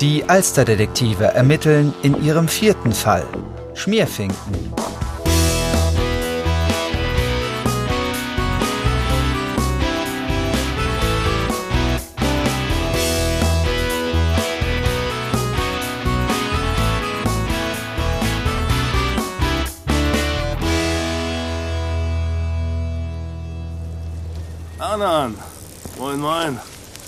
Die Alsterdetektive ermitteln in ihrem vierten Fall Schmierfinken. Anan, moin moin.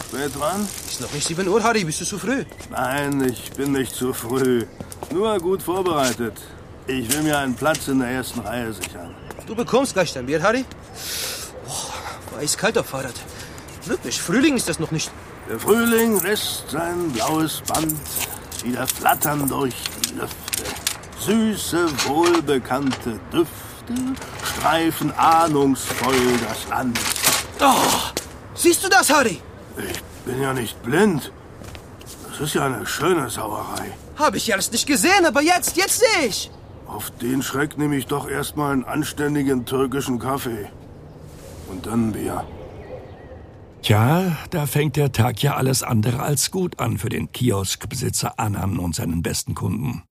Spät dran? Ist noch nicht 7 Uhr, Harry, bist du zu früh? Nein, ich bin nicht zu früh. Nur gut vorbereitet. Ich will mir einen Platz in der ersten Reihe sichern. Du bekommst gleich dein Bier, Harry. Boah, war eiskalt auf Fahrrad. Wirklich, Frühling ist das noch nicht. Der Frühling lässt sein blaues Band wieder flattern durch die Lüfte. Süße, wohlbekannte Düfte streifen ahnungsvoll das Land. Oh, siehst du das, Harry? Ich bin ja nicht blind. Das ist ja eine schöne Sauerei. Habe ich erst nicht gesehen, aber jetzt, jetzt sehe ich. Auf den Schreck nehme ich doch erstmal einen anständigen türkischen Kaffee. Und dann ein Bier. Tja, da fängt der Tag ja alles andere als gut an für den Kioskbesitzer Anan und seinen besten Kunden.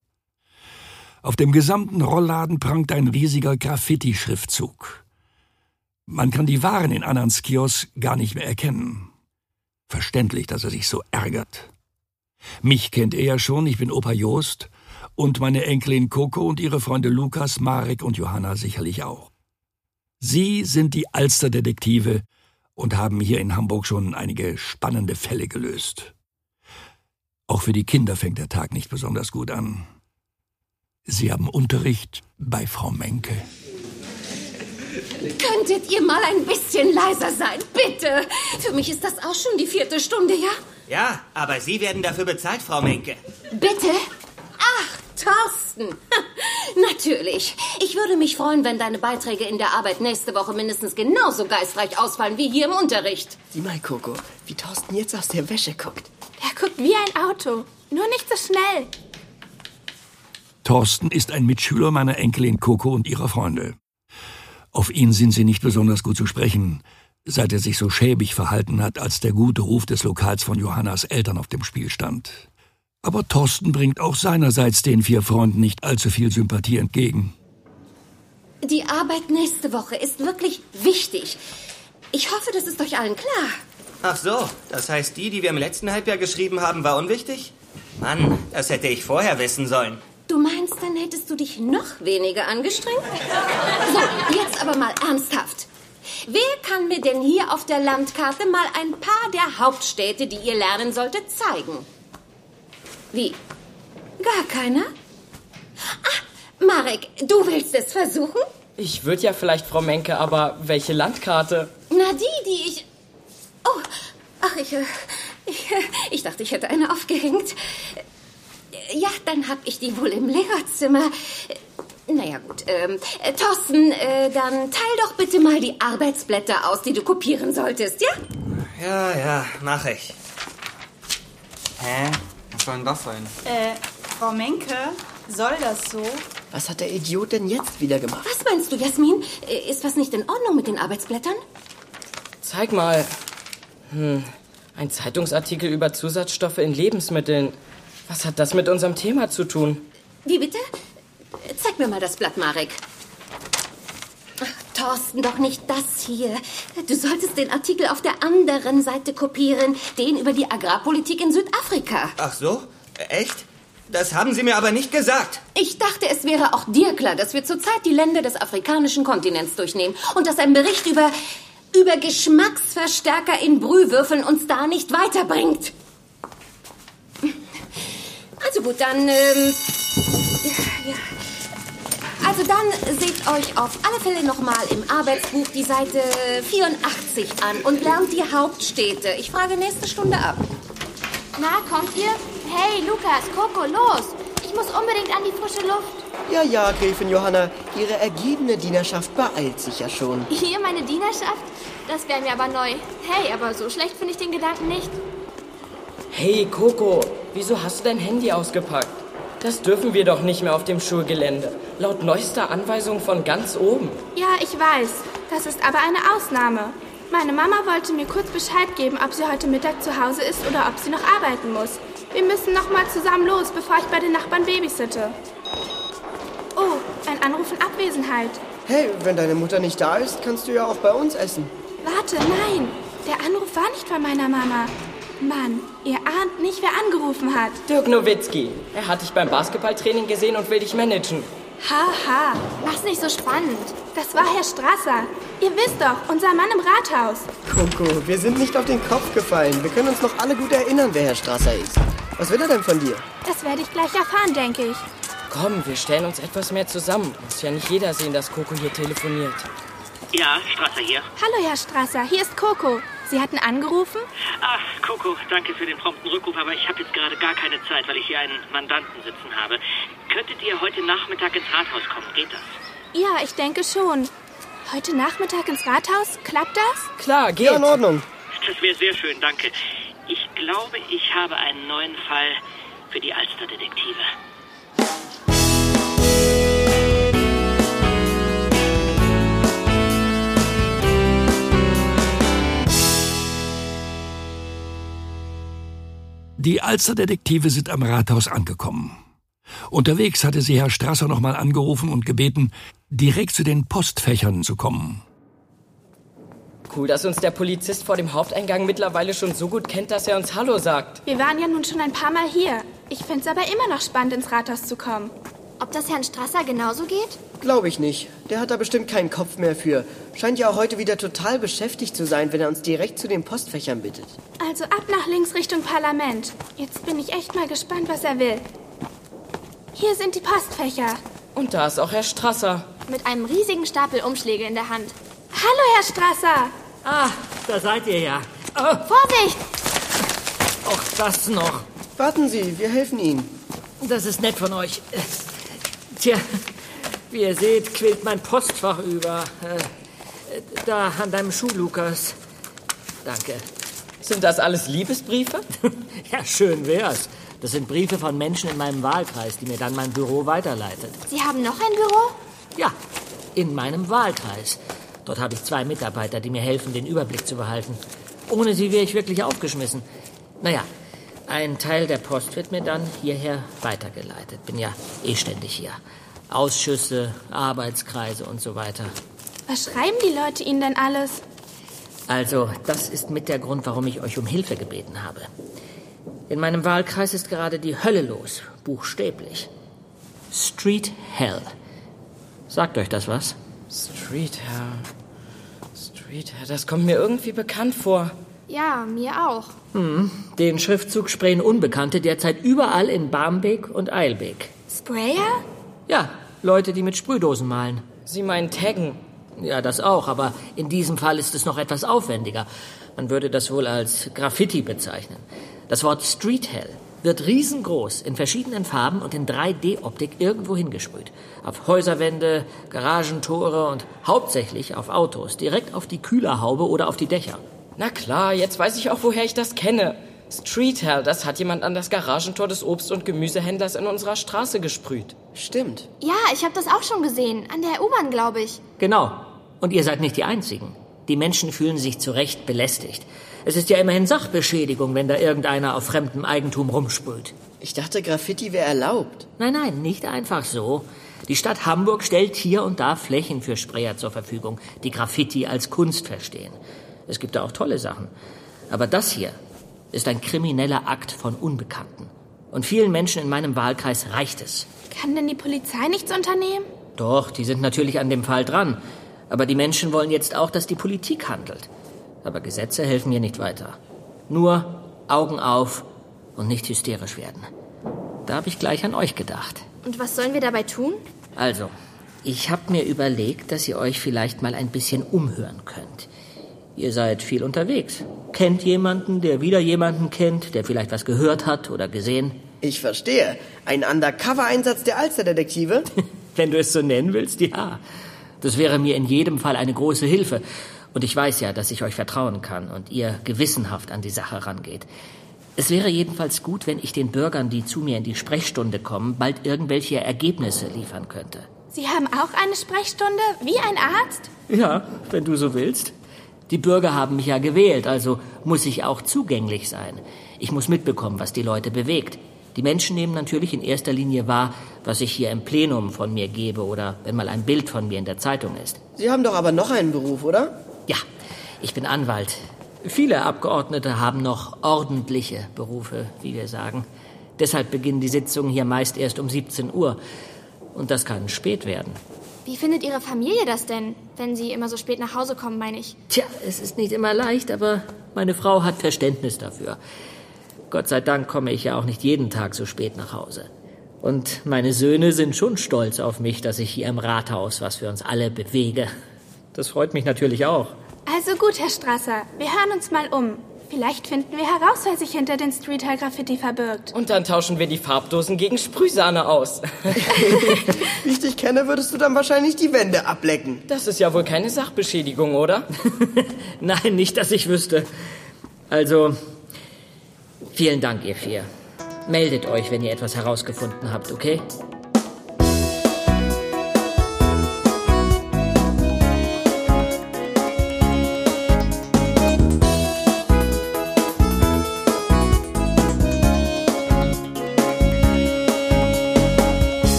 Auf dem gesamten Rollladen prangt ein riesiger Graffiti-Schriftzug. Man kann die Waren in Anans Kiosk gar nicht mehr erkennen. Verständlich, dass er sich so ärgert. Mich kennt er ja schon, ich bin Opa Joost und meine Enkelin Coco und ihre Freunde Lukas, Marek und Johanna sicherlich auch. Sie sind die Alsterdetektive und haben hier in Hamburg schon einige spannende Fälle gelöst. Auch für die Kinder fängt der Tag nicht besonders gut an. Sie haben Unterricht bei Frau Menke. Könntet ihr mal ein bisschen leiser sein, bitte? Für mich ist das auch schon die vierte Stunde, ja? Ja, aber Sie werden dafür bezahlt, Frau Menke. Bitte? Ach, Thorsten. Natürlich. Ich würde mich freuen, wenn deine Beiträge in der Arbeit nächste Woche mindestens genauso geistreich ausfallen wie hier im Unterricht. Sieh mal, Coco, wie Thorsten jetzt aus der Wäsche guckt. Er guckt wie ein Auto, nur nicht so schnell. Thorsten ist ein Mitschüler meiner Enkelin Coco und ihrer Freunde. Auf ihn sind sie nicht besonders gut zu sprechen, seit er sich so schäbig verhalten hat, als der gute Ruf des Lokals von Johannas Eltern auf dem Spiel stand. Aber Thorsten bringt auch seinerseits den vier Freunden nicht allzu viel Sympathie entgegen. Die Arbeit nächste Woche ist wirklich wichtig. Ich hoffe, das ist euch allen klar. Ach so, das heißt, die, die wir im letzten Halbjahr geschrieben haben, war unwichtig? Mann, das hätte ich vorher wissen sollen. Du meinst, dann hättest du dich noch weniger angestrengt? So, jetzt aber mal ernsthaft. Wer kann mir denn hier auf der Landkarte mal ein paar der Hauptstädte, die ihr lernen solltet, zeigen? Wie? Gar keiner? Ah, Marek, du willst es versuchen? Ich würde ja vielleicht, Frau Menke, aber welche Landkarte? Na, die, die ich. Oh, ach, ich. Ich, äh, ich dachte, ich hätte eine aufgehängt. Ja, dann hab ich die wohl im Lehrerzimmer. Naja, gut. Ähm, Thorsten, äh, dann teil doch bitte mal die Arbeitsblätter aus, die du kopieren solltest, ja? Ja, ja, mach ich. Hä? Was soll denn das sein? Äh, Frau Menke, soll das so? Was hat der Idiot denn jetzt wieder gemacht? Was meinst du, Jasmin? Äh, Ist was nicht in Ordnung mit den Arbeitsblättern? Zeig mal. Hm, ein Zeitungsartikel über Zusatzstoffe in Lebensmitteln. Was hat das mit unserem Thema zu tun? Wie bitte? Zeig mir mal das Blatt, Marek. Ach, Thorsten, doch nicht das hier. Du solltest den Artikel auf der anderen Seite kopieren, den über die Agrarpolitik in Südafrika. Ach so? Echt? Das haben Sie mir aber nicht gesagt. Ich dachte, es wäre auch dir klar, dass wir zurzeit die Länder des afrikanischen Kontinents durchnehmen und dass ein Bericht über über Geschmacksverstärker in Brühwürfeln uns da nicht weiterbringt. Also gut, dann. Ähm, ja, ja. Also dann seht euch auf alle Fälle nochmal im Arbeitsbuch die Seite 84 an und lernt die Hauptstädte. Ich frage nächste Stunde ab. Na, kommt ihr? Hey, Lukas, Coco, los! Ich muss unbedingt an die frische Luft. Ja, ja, Gräfin Johanna, Ihre ergebene Dienerschaft beeilt sich ja schon. Hier meine Dienerschaft? Das wäre mir aber neu. Hey, aber so schlecht finde ich den Gedanken nicht. Hey, Coco, wieso hast du dein Handy ausgepackt? Das dürfen wir doch nicht mehr auf dem Schulgelände. Laut neuester Anweisung von ganz oben. Ja, ich weiß. Das ist aber eine Ausnahme. Meine Mama wollte mir kurz Bescheid geben, ob sie heute Mittag zu Hause ist oder ob sie noch arbeiten muss. Wir müssen noch mal zusammen los, bevor ich bei den Nachbarn babysitte. Oh, ein Anruf in Abwesenheit. Hey, wenn deine Mutter nicht da ist, kannst du ja auch bei uns essen. Warte, nein. Der Anruf war nicht von meiner Mama. Mann, ihr ahnt nicht, wer angerufen hat. Dirk Nowitzki. Er hat dich beim Basketballtraining gesehen und will dich managen. Haha, Mach's nicht so spannend. das war Herr Strasser. Ihr wisst doch, unser Mann im Rathaus. Coco, wir sind nicht auf den Kopf gefallen. Wir können uns noch alle gut erinnern, wer Herr Strasser ist. Was will er denn von dir? Das werde ich gleich erfahren, denke ich. Komm, wir stellen uns etwas mehr zusammen. Muss ja nicht jeder sehen, dass Coco hier telefoniert. Ja, Strasser hier. Hallo, Herr Strasser, hier ist Coco. Sie hatten angerufen? Ach, Coco, danke für den prompten Rückruf, aber ich habe jetzt gerade gar keine Zeit, weil ich hier einen Mandanten sitzen habe. Könntet ihr heute Nachmittag ins Rathaus kommen? Geht das? Ja, ich denke schon. Heute Nachmittag ins Rathaus? Klappt das? Klar, geht. Ja, in Ordnung. Das wäre sehr schön, danke. Ich glaube, ich habe einen neuen Fall für die Alsterdetektive. Die Alsterdetektive sind am Rathaus angekommen. Unterwegs hatte sie Herr Strasser nochmal angerufen und gebeten, direkt zu den Postfächern zu kommen. Cool, dass uns der Polizist vor dem Haupteingang mittlerweile schon so gut kennt, dass er uns Hallo sagt. Wir waren ja nun schon ein paar Mal hier. Ich find's aber immer noch spannend, ins Rathaus zu kommen. Ob das Herrn Strasser genauso geht? Glaube ich nicht. Der hat da bestimmt keinen Kopf mehr für. Scheint ja auch heute wieder total beschäftigt zu sein, wenn er uns direkt zu den Postfächern bittet. Also ab nach links Richtung Parlament. Jetzt bin ich echt mal gespannt, was er will. Hier sind die Postfächer. Und da ist auch Herr Strasser. Mit einem riesigen Stapel Umschläge in der Hand. Hallo, Herr Strasser. Ah, da seid ihr ja. Vorsicht! Auch das noch. Warten Sie, wir helfen Ihnen. Das ist nett von euch. Äh, Tja, wie ihr seht, quillt mein Postfach über. Äh, äh, Da an deinem Schuh, Lukas. Danke. Sind das alles Liebesbriefe? Ja, schön wär's. Das sind Briefe von Menschen in meinem Wahlkreis, die mir dann mein Büro weiterleitet. Sie haben noch ein Büro? Ja, in meinem Wahlkreis. Dort habe ich zwei Mitarbeiter, die mir helfen, den Überblick zu behalten. Ohne sie wäre ich wirklich aufgeschmissen. Naja, ein Teil der Post wird mir dann hierher weitergeleitet. Bin ja eh ständig hier. Ausschüsse, Arbeitskreise und so weiter. Was schreiben die Leute Ihnen denn alles? Also, das ist mit der Grund, warum ich euch um Hilfe gebeten habe. In meinem Wahlkreis ist gerade die Hölle los, buchstäblich. Street Hell. Sagt euch das was? Street Herr. Street Herr, das kommt mir irgendwie bekannt vor. Ja, mir auch. Hm, Den Schriftzug sprayen Unbekannte derzeit überall in Barmbek und Eilbek. Sprayer? Ja, Leute, die mit Sprühdosen malen. Sie meinen taggen. Ja, das auch, aber in diesem Fall ist es noch etwas aufwendiger. Man würde das wohl als Graffiti bezeichnen. Das Wort Street Hell wird riesengroß in verschiedenen Farben und in 3D-Optik irgendwo hingesprüht. Auf Häuserwände, Garagentore und hauptsächlich auf Autos, direkt auf die Kühlerhaube oder auf die Dächer. Na klar, jetzt weiß ich auch, woher ich das kenne. Street Herr, das hat jemand an das Garagentor des Obst- und Gemüsehändlers in unserer Straße gesprüht. Stimmt. Ja, ich habe das auch schon gesehen. An der U-Bahn, glaube ich. Genau. Und ihr seid nicht die Einzigen. Die Menschen fühlen sich zu Recht belästigt. Es ist ja immerhin Sachbeschädigung, wenn da irgendeiner auf fremdem Eigentum rumsprüht. Ich dachte, Graffiti wäre erlaubt. Nein, nein, nicht einfach so. Die Stadt Hamburg stellt hier und da Flächen für Sprayer zur Verfügung, die Graffiti als Kunst verstehen. Es gibt da auch tolle Sachen. Aber das hier ist ein krimineller Akt von Unbekannten. Und vielen Menschen in meinem Wahlkreis reicht es. Kann denn die Polizei nichts unternehmen? Doch, die sind natürlich an dem Fall dran. Aber die Menschen wollen jetzt auch, dass die Politik handelt. Aber Gesetze helfen hier nicht weiter. Nur Augen auf und nicht hysterisch werden. Da habe ich gleich an euch gedacht. Und was sollen wir dabei tun? Also, ich habe mir überlegt, dass ihr euch vielleicht mal ein bisschen umhören könnt. Ihr seid viel unterwegs. Kennt jemanden, der wieder jemanden kennt, der vielleicht was gehört hat oder gesehen. Ich verstehe. Ein Undercover-Einsatz der Alsterdetektive? Wenn du es so nennen willst, ja. Das wäre mir in jedem Fall eine große Hilfe. Und ich weiß ja, dass ich euch vertrauen kann und ihr gewissenhaft an die Sache rangeht. Es wäre jedenfalls gut, wenn ich den Bürgern, die zu mir in die Sprechstunde kommen, bald irgendwelche Ergebnisse liefern könnte. Sie haben auch eine Sprechstunde? Wie ein Arzt? Ja, wenn du so willst. Die Bürger haben mich ja gewählt, also muss ich auch zugänglich sein. Ich muss mitbekommen, was die Leute bewegt. Die Menschen nehmen natürlich in erster Linie wahr, was ich hier im Plenum von mir gebe oder wenn mal ein Bild von mir in der Zeitung ist. Sie haben doch aber noch einen Beruf, oder? Ja, ich bin Anwalt. Viele Abgeordnete haben noch ordentliche Berufe, wie wir sagen. Deshalb beginnen die Sitzungen hier meist erst um 17 Uhr. Und das kann spät werden. Wie findet Ihre Familie das denn, wenn Sie immer so spät nach Hause kommen, meine ich? Tja, es ist nicht immer leicht, aber meine Frau hat Verständnis dafür. Gott sei Dank komme ich ja auch nicht jeden Tag so spät nach Hause. Und meine Söhne sind schon stolz auf mich, dass ich hier im Rathaus was für uns alle bewege. Das freut mich natürlich auch. Also gut, Herr Strasser, wir hören uns mal um. Vielleicht finden wir heraus, wer sich hinter den Streethail Graffiti verbirgt. Und dann tauschen wir die Farbdosen gegen Sprühsahne aus. Wie ich dich kenne, würdest du dann wahrscheinlich die Wände ablecken. Das ist ja wohl keine Sachbeschädigung, oder? Nein, nicht, dass ich wüsste. Also, vielen Dank, ihr vier. Meldet euch, wenn ihr etwas herausgefunden habt, okay?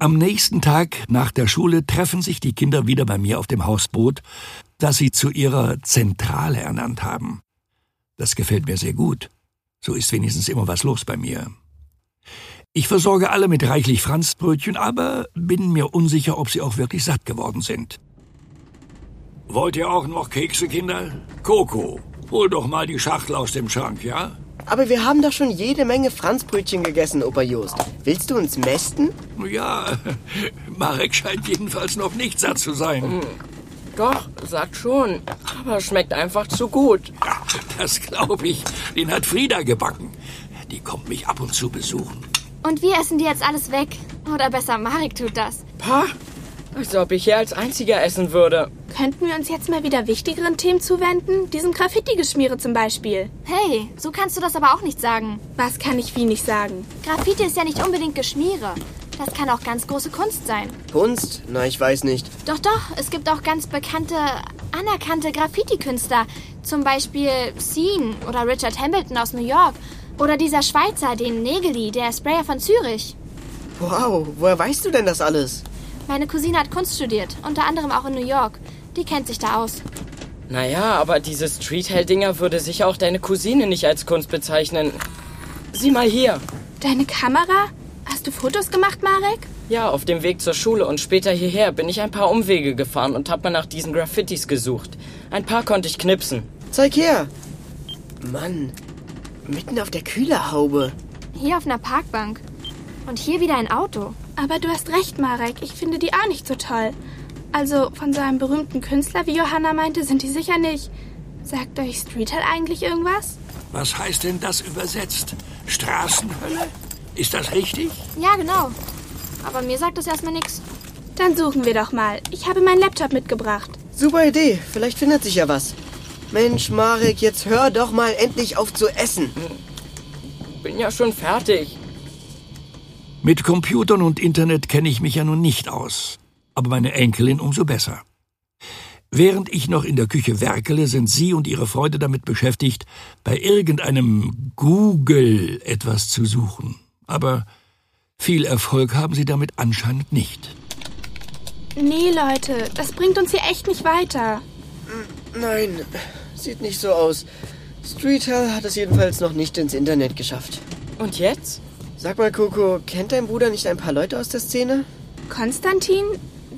Am nächsten Tag nach der Schule treffen sich die Kinder wieder bei mir auf dem Hausboot, das sie zu ihrer Zentrale ernannt haben. Das gefällt mir sehr gut. So ist wenigstens immer was los bei mir. Ich versorge alle mit reichlich Franzbrötchen, aber bin mir unsicher, ob sie auch wirklich satt geworden sind. Wollt ihr auch noch Kekse, Kinder? Coco, hol doch mal die Schachtel aus dem Schrank, ja? Aber wir haben doch schon jede Menge Franzbrötchen gegessen, Opa Jost. Willst du uns mästen? Ja, Marek scheint jedenfalls noch nicht satt zu sein. Doch, sagt schon. Aber schmeckt einfach zu gut. Ja, das glaube ich. Den hat Frieda gebacken. Die kommt mich ab und zu besuchen. Und wir essen die jetzt alles weg. Oder besser, Marek tut das. Pa, als ob ich hier als Einziger essen würde. Könnten wir uns jetzt mal wieder wichtigeren Themen zuwenden? Diesem Graffiti-Geschmiere zum Beispiel. Hey, so kannst du das aber auch nicht sagen. Was kann ich wie nicht sagen? Graffiti ist ja nicht unbedingt Geschmiere. Das kann auch ganz große Kunst sein. Kunst? Na, ich weiß nicht. Doch, doch, es gibt auch ganz bekannte, anerkannte Graffiti-Künstler. Zum Beispiel Scene oder Richard Hamilton aus New York. Oder dieser Schweizer, den Negeli, der Sprayer von Zürich. Wow, woher weißt du denn das alles? Meine Cousine hat Kunst studiert, unter anderem auch in New York. Die kennt sich da aus. Naja, aber diese Street-Hell-Dinger würde sicher auch deine Cousine nicht als Kunst bezeichnen. Sieh mal hier. Deine Kamera? Hast du Fotos gemacht, Marek? Ja, auf dem Weg zur Schule und später hierher bin ich ein paar Umwege gefahren und hab mal nach diesen Graffitis gesucht. Ein paar konnte ich knipsen. Zeig her. Mann, mitten auf der Kühlerhaube. Hier auf einer Parkbank. Und hier wieder ein Auto. Aber du hast recht, Marek. Ich finde die auch nicht so toll. Also von so einem berühmten Künstler, wie Johanna meinte, sind die sicher nicht. Sagt euch Streetal eigentlich irgendwas? Was heißt denn das übersetzt? Straßenhölle? Ist das richtig? Ja, genau. Aber mir sagt das erstmal nichts. Dann suchen wir doch mal. Ich habe meinen Laptop mitgebracht. Super Idee. Vielleicht findet sich ja was. Mensch, Marek, jetzt hör doch mal endlich auf zu essen. Bin ja schon fertig. Mit Computern und Internet kenne ich mich ja nun nicht aus, aber meine Enkelin umso besser. Während ich noch in der Küche werkele, sind sie und ihre Freunde damit beschäftigt, bei irgendeinem Google etwas zu suchen. Aber viel Erfolg haben sie damit anscheinend nicht. Nee, Leute, das bringt uns hier echt nicht weiter. Nein, sieht nicht so aus. Street Hell hat es jedenfalls noch nicht ins Internet geschafft. Und jetzt? Sag mal, Coco, kennt dein Bruder nicht ein paar Leute aus der Szene? Konstantin?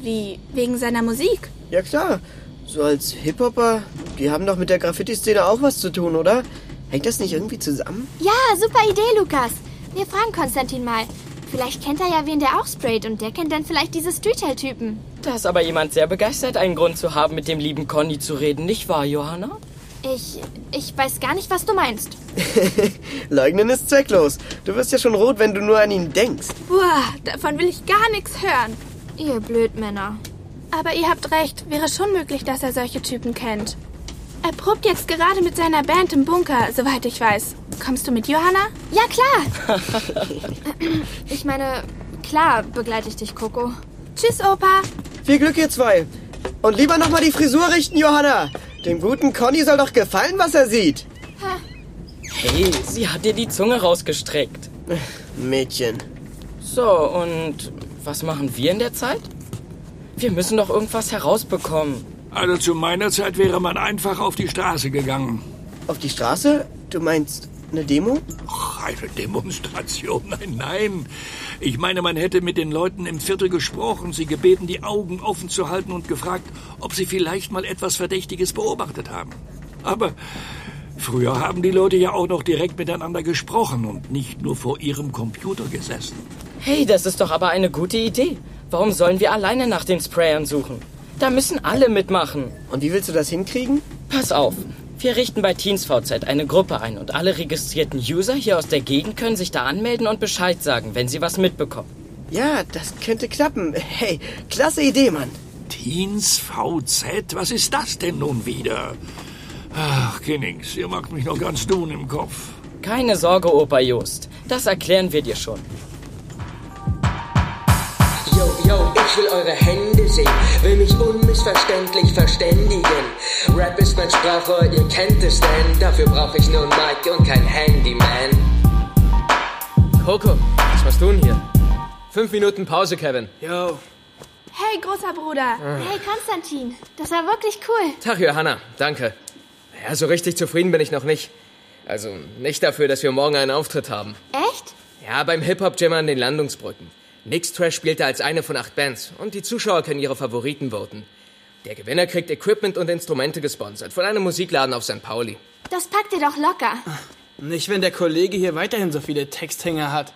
Wie? Wegen seiner Musik? Ja klar, so als Hip-Hopper, die haben doch mit der Graffiti-Szene auch was zu tun, oder? Hängt das nicht irgendwie zusammen? Ja, super Idee, Lukas. Wir fragen Konstantin mal. Vielleicht kennt er ja wen, der auch sprayt und der kennt dann vielleicht diese Streetel-Typen. Da ist aber jemand sehr begeistert, einen Grund zu haben, mit dem lieben Conny zu reden, nicht wahr, Johanna? Ich. ich weiß gar nicht, was du meinst. Leugnen ist zwecklos. Du wirst ja schon rot, wenn du nur an ihn denkst. Boah, davon will ich gar nichts hören. Ihr Blödmänner. Aber ihr habt recht, wäre schon möglich, dass er solche Typen kennt. Er probt jetzt gerade mit seiner Band im Bunker, soweit ich weiß. Kommst du mit, Johanna? Ja, klar. ich meine, klar begleite ich dich, Coco. Tschüss, Opa. Viel Glück, ihr zwei. Und lieber nochmal die Frisur richten, Johanna. Dem guten Conny soll doch gefallen, was er sieht. Hey, sie hat dir die Zunge rausgestreckt. Mädchen. So, und was machen wir in der Zeit? Wir müssen doch irgendwas herausbekommen. Also zu meiner Zeit wäre man einfach auf die Straße gegangen. Auf die Straße? Du meinst eine Demo? Ach, eine Demonstration? Nein, nein. Ich meine, man hätte mit den Leuten im Viertel gesprochen, sie gebeten, die Augen offen zu halten und gefragt, ob sie vielleicht mal etwas Verdächtiges beobachtet haben. Aber früher haben die Leute ja auch noch direkt miteinander gesprochen und nicht nur vor ihrem Computer gesessen. Hey, das ist doch aber eine gute Idee. Warum sollen wir alleine nach den Sprayern suchen? Da müssen alle mitmachen. Und wie willst du das hinkriegen? Pass auf. Wir richten bei Teens VZ eine Gruppe ein und alle registrierten User hier aus der Gegend können sich da anmelden und Bescheid sagen, wenn sie was mitbekommen. Ja, das könnte klappen. Hey, klasse Idee, Mann. Teens VZ? Was ist das denn nun wieder? Ach, Kinnings, ihr macht mich noch ganz dun im Kopf. Keine Sorge, Opa Jost. Das erklären wir dir schon. Yo, yo, ich will eure Hände sehen, will mich unmissverständlich verständigen. Rap ist mein Sprachrohr, ihr kennt es denn, dafür brauch ich nur ein Mic und kein Handyman. Coco, was machst du denn hier? Fünf Minuten Pause, Kevin. Yo. Hey, großer Bruder. Hey, Konstantin. Das war wirklich cool. Tag, Johanna. Danke. Ja, so richtig zufrieden bin ich noch nicht. Also nicht dafür, dass wir morgen einen Auftritt haben. Echt? Ja, beim Hip-Hop-Jam an den Landungsbrücken. Nix Trash spielte als eine von acht Bands und die Zuschauer können ihre Favoriten voten. Der Gewinner kriegt Equipment und Instrumente gesponsert von einem Musikladen auf St. Pauli. Das packt ihr doch locker. Nicht, wenn der Kollege hier weiterhin so viele Texthänger hat.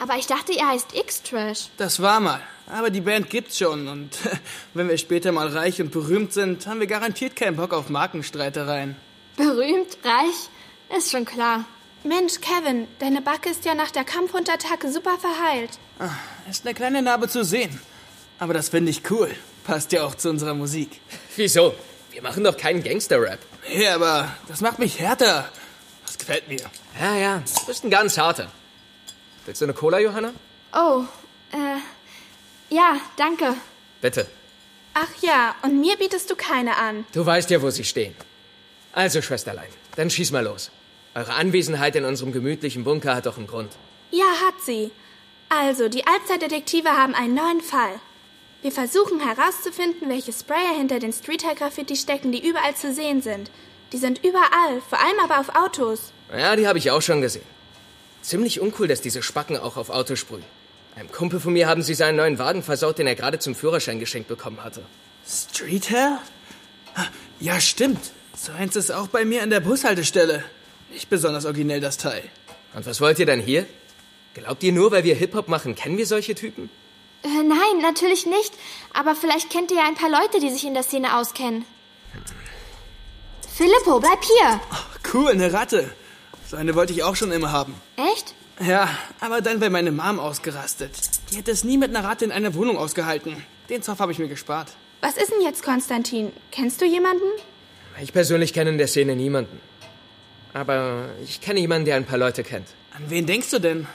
Aber ich dachte, ihr heißt X-Trash. Das war mal. Aber die Band gibt's schon und wenn wir später mal reich und berühmt sind, haben wir garantiert keinen Bock auf Markenstreitereien. Berühmt, reich, ist schon klar. Mensch, Kevin, deine Backe ist ja nach der Kampfhundattacke super verheilt. Ah, Ist eine kleine Narbe zu sehen. Aber das finde ich cool. Passt ja auch zu unserer Musik. Wieso? Wir machen doch keinen Gangster-Rap. Nee, aber das macht mich härter. Das gefällt mir. Ja, ja, du bist ein ganz harter. Willst du eine Cola, Johanna? Oh, äh, ja, danke. Bitte. Ach ja, und mir bietest du keine an. Du weißt ja, wo sie stehen. Also, Schwesterlein, dann schieß mal los. Eure Anwesenheit in unserem gemütlichen Bunker hat doch einen Grund. Ja, hat sie. Also, die Allzeitdetektive haben einen neuen Fall. Wir versuchen herauszufinden, welche Sprayer hinter den Streeter-Graffiti stecken, die überall zu sehen sind. Die sind überall, vor allem aber auf Autos. Ja, die habe ich auch schon gesehen. Ziemlich uncool, dass diese Spacken auch auf Autos sprühen. Einem Kumpel von mir haben sie seinen neuen Wagen versaut, den er gerade zum Führerschein geschenkt bekommen hatte. Street Hell? Ah, Ja, stimmt. So eins ist auch bei mir an der Bushaltestelle. Nicht besonders originell, das Teil. Und was wollt ihr dann hier? Glaubt ihr nur, weil wir Hip-Hop machen, kennen wir solche Typen? Äh, nein, natürlich nicht. Aber vielleicht kennt ihr ja ein paar Leute, die sich in der Szene auskennen. Filippo, bleib hier. Cool, eine Ratte. So eine wollte ich auch schon immer haben. Echt? Ja, aber dann wäre meine Mom ausgerastet. Die hätte es nie mit einer Ratte in einer Wohnung ausgehalten. Den Zoff habe ich mir gespart. Was ist denn jetzt, Konstantin? Kennst du jemanden? Ich persönlich kenne in der Szene niemanden. Aber ich kenne jemanden, der ein paar Leute kennt. An wen denkst du denn?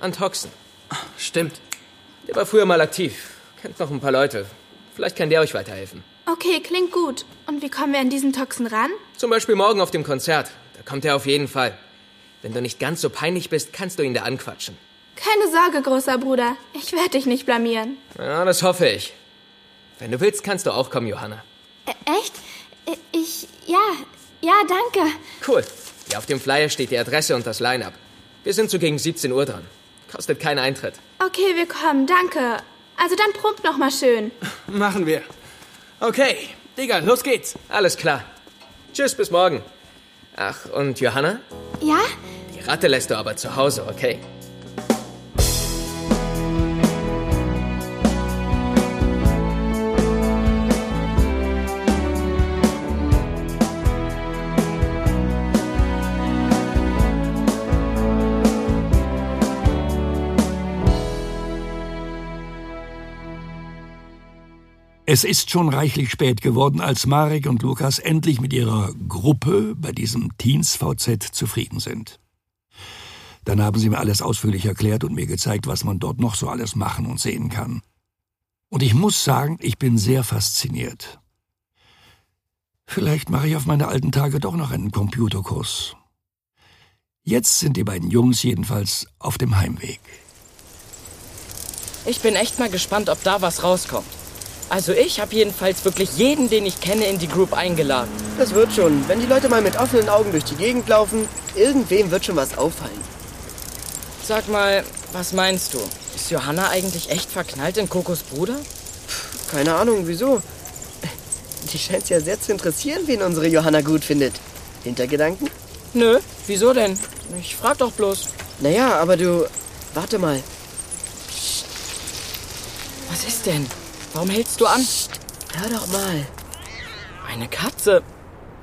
Ah, An Toxen. Stimmt. Der war früher mal aktiv. Kennt noch ein paar Leute. Vielleicht kann der euch weiterhelfen. Okay, klingt gut. Und wie kommen wir an diesen Toxen ran? Zum Beispiel morgen auf dem Konzert. Da kommt er auf jeden Fall. Wenn du nicht ganz so peinlich bist, kannst du ihn da anquatschen. Keine Sorge, großer Bruder. Ich werde dich nicht blamieren. Ja, das hoffe ich. Wenn du willst, kannst du auch kommen, Johanna. Ä- echt? Äh, Ich, ja, ja, danke. Cool. Hier auf dem Flyer steht die Adresse und das Line-Up. Wir sind so gegen 17 Uhr dran. Kostet keinen Eintritt. Okay, wir kommen, danke. Also dann prompt noch mal schön. Machen wir. Okay, Digga, los geht's. Alles klar. Tschüss, bis morgen. Ach, und Johanna? Ja? Die Ratte lässt du aber zu Hause, okay? Es ist schon reichlich spät geworden, als Marek und Lukas endlich mit ihrer Gruppe bei diesem Teens VZ zufrieden sind. Dann haben sie mir alles ausführlich erklärt und mir gezeigt, was man dort noch so alles machen und sehen kann. Und ich muss sagen, ich bin sehr fasziniert. Vielleicht mache ich auf meine alten Tage doch noch einen Computerkurs. Jetzt sind die beiden Jungs jedenfalls auf dem Heimweg. Ich bin echt mal gespannt, ob da was rauskommt. Also ich habe jedenfalls wirklich jeden, den ich kenne, in die Group eingeladen. Das wird schon. Wenn die Leute mal mit offenen Augen durch die Gegend laufen, irgendwem wird schon was auffallen. Sag mal, was meinst du? Ist Johanna eigentlich echt verknallt in Kokos Bruder? Keine Ahnung, wieso. Die scheint es ja sehr zu interessieren, wen unsere Johanna gut findet. Hintergedanken? Nö, wieso denn? Ich frag doch bloß. Naja, aber du. Warte mal. Was ist denn? Warum hältst du an? Hör doch mal. Eine Katze.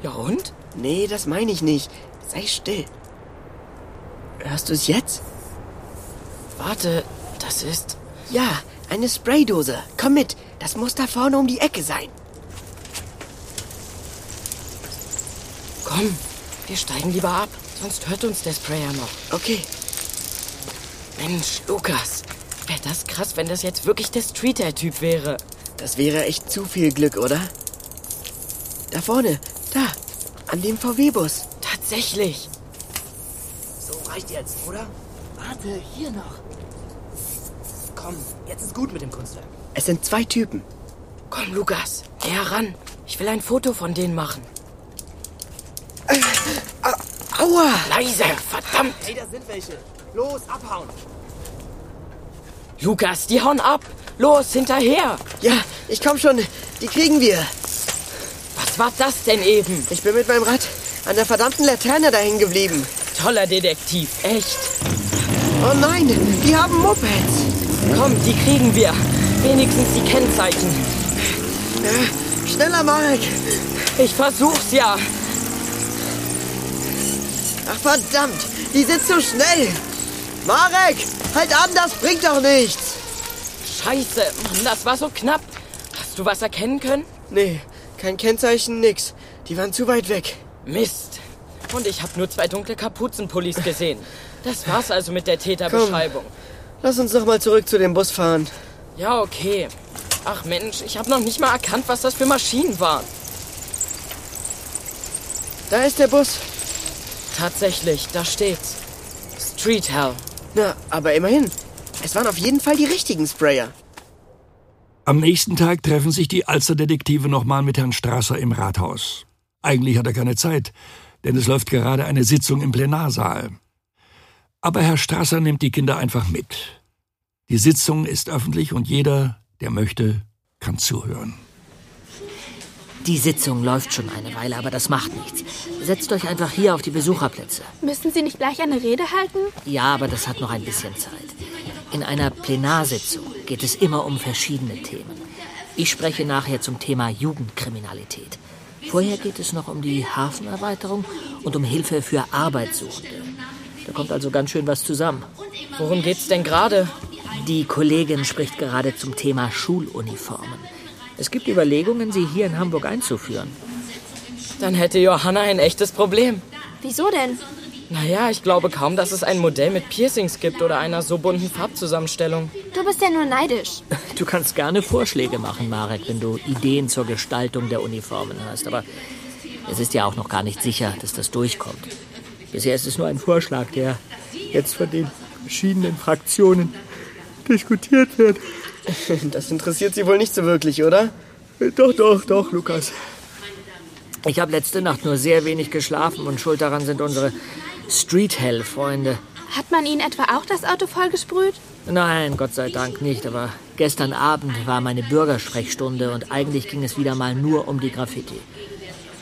Ja oh, und? Nee, das meine ich nicht. Sei still. Hörst du es jetzt? Warte, das ist. Ja, eine Spraydose. Komm mit. Das muss da vorne um die Ecke sein. Komm, wir steigen lieber ab, sonst hört uns der Sprayer noch. Okay. Mensch, Lukas, wäre das krass, wenn das jetzt wirklich der Streeter-Typ wäre. Das wäre echt zu viel Glück, oder? Da vorne, da, an dem VW-Bus. Tatsächlich. So reicht jetzt, oder? Warte, hier noch. Komm, jetzt ist gut mit dem Kunstwerk. Es sind zwei Typen. Komm, Lukas, geh heran. Ich will ein Foto von denen machen. Äh, Aua! Leise, verdammt! Hey, da sind welche. Los, abhauen! Lukas, die hauen ab! Los, hinterher! Ja, ich komm schon. Die kriegen wir. Was war das denn eben? Ich bin mit meinem Rad an der verdammten Laterne dahin geblieben. Toller Detektiv, echt. Oh nein, die haben Mopeds. Komm, die kriegen wir. Wenigstens die Kennzeichen. Äh, schneller, Marek. Ich versuch's ja. Ach verdammt, die sind so schnell. Marek, halt an, das bringt doch nichts. Scheiße, Mann, das war so knapp. Hast du was erkennen können? Nee, kein Kennzeichen, nix. Die waren zu weit weg. Mist. Und ich habe nur zwei dunkle Kapuzenpullis gesehen. Das war's also mit der Täterbeschreibung. Komm, lass uns noch mal zurück zu dem Bus fahren. Ja, okay. Ach Mensch, ich habe noch nicht mal erkannt, was das für Maschinen waren. Da ist der Bus. Tatsächlich, da steht's. Street Hell. Na, aber immerhin. Es waren auf jeden Fall die richtigen Sprayer. Am nächsten Tag treffen sich die Alsterdetektive nochmal mit Herrn Strasser im Rathaus. Eigentlich hat er keine Zeit, denn es läuft gerade eine Sitzung im Plenarsaal. Aber Herr Strasser nimmt die Kinder einfach mit. Die Sitzung ist öffentlich und jeder, der möchte, kann zuhören. Die Sitzung läuft schon eine Weile, aber das macht nichts. Setzt euch einfach hier auf die Besucherplätze. Müssen Sie nicht gleich eine Rede halten? Ja, aber das hat noch ein bisschen Zeit. In einer Plenarsitzung geht es immer um verschiedene Themen. Ich spreche nachher zum Thema Jugendkriminalität. Vorher geht es noch um die Hafenerweiterung und um Hilfe für Arbeitssuchende. Da kommt also ganz schön was zusammen. Worum geht's denn gerade? Die Kollegin spricht gerade zum Thema Schuluniformen. Es gibt Überlegungen, sie hier in Hamburg einzuführen. Dann hätte Johanna ein echtes Problem. Wieso denn? Naja, ich glaube kaum, dass es ein Modell mit Piercings gibt oder einer so bunten Farbzusammenstellung. Du bist ja nur neidisch. Du kannst gerne Vorschläge machen, Marek, wenn du Ideen zur Gestaltung der Uniformen hast. Aber es ist ja auch noch gar nicht sicher, dass das durchkommt. Bisher ist es nur ein Vorschlag, der jetzt von den verschiedenen Fraktionen diskutiert wird. Das interessiert Sie wohl nicht so wirklich, oder? Doch, doch, doch, Lukas. Ich habe letzte Nacht nur sehr wenig geschlafen und schuld daran sind unsere Street Hell Freunde. Hat man Ihnen etwa auch das Auto vollgesprüht? Nein, Gott sei Dank nicht, aber gestern Abend war meine Bürgersprechstunde und eigentlich ging es wieder mal nur um die Graffiti.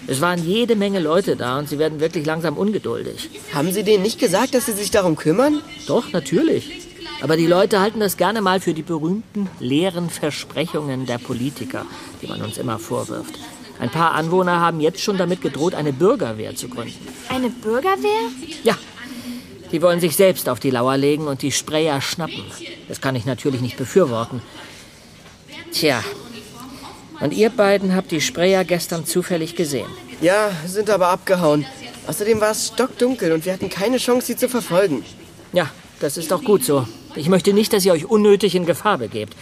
Es waren jede Menge Leute da und sie werden wirklich langsam ungeduldig. Haben Sie denen nicht gesagt, dass Sie sich darum kümmern? Doch, natürlich. Aber die Leute halten das gerne mal für die berühmten leeren Versprechungen der Politiker, die man uns immer vorwirft. Ein paar Anwohner haben jetzt schon damit gedroht, eine Bürgerwehr zu gründen. Eine Bürgerwehr? Ja. Die wollen sich selbst auf die Lauer legen und die Sprayer schnappen. Das kann ich natürlich nicht befürworten. Tja. Und ihr beiden habt die Sprayer gestern zufällig gesehen. Ja, sind aber abgehauen. Außerdem war es stockdunkel und wir hatten keine Chance, sie zu verfolgen. Ja, das ist auch gut so. Ich möchte nicht, dass ihr euch unnötig in Gefahr begebt.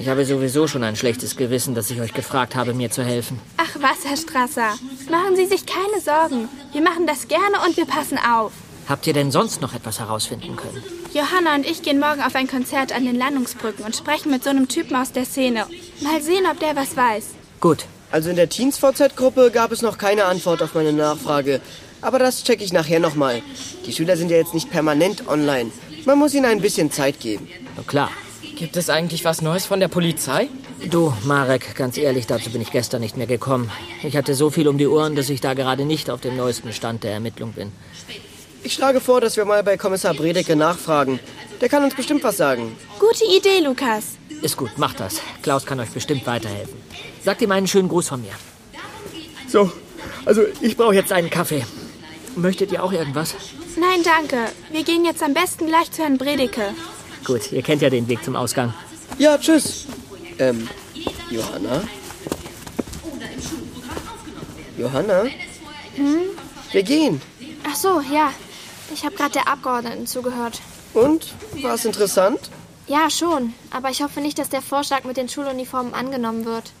Ich habe sowieso schon ein schlechtes Gewissen, dass ich euch gefragt habe, mir zu helfen. Ach was, Herr Strasser. Machen Sie sich keine Sorgen. Wir machen das gerne und wir passen auf. Habt ihr denn sonst noch etwas herausfinden können? Johanna und ich gehen morgen auf ein Konzert an den Landungsbrücken und sprechen mit so einem Typen aus der Szene. Mal sehen, ob der was weiß. Gut. Also in der Teens-VZ-Gruppe gab es noch keine Antwort auf meine Nachfrage. Aber das checke ich nachher nochmal. Die Schüler sind ja jetzt nicht permanent online. Man muss ihnen ein bisschen Zeit geben. Na klar. Gibt es eigentlich was Neues von der Polizei? Du, Marek, ganz ehrlich, dazu bin ich gestern nicht mehr gekommen. Ich hatte so viel um die Ohren, dass ich da gerade nicht auf dem neuesten Stand der Ermittlung bin. Ich schlage vor, dass wir mal bei Kommissar Bredeke nachfragen. Der kann uns bestimmt was sagen. Gute Idee, Lukas. Ist gut, macht das. Klaus kann euch bestimmt weiterhelfen. Sagt ihm einen schönen Gruß von mir. So, also ich brauche jetzt einen Kaffee. Möchtet ihr auch irgendwas? Nein, danke. Wir gehen jetzt am besten gleich zu Herrn Bredeke. Gut, ihr kennt ja den Weg zum Ausgang. Ja, tschüss. Ähm, Johanna? Johanna? Hm? Wir gehen. Ach so, ja. Ich habe gerade der Abgeordneten zugehört. Und? War es interessant? Ja, schon. Aber ich hoffe nicht, dass der Vorschlag mit den Schuluniformen angenommen wird.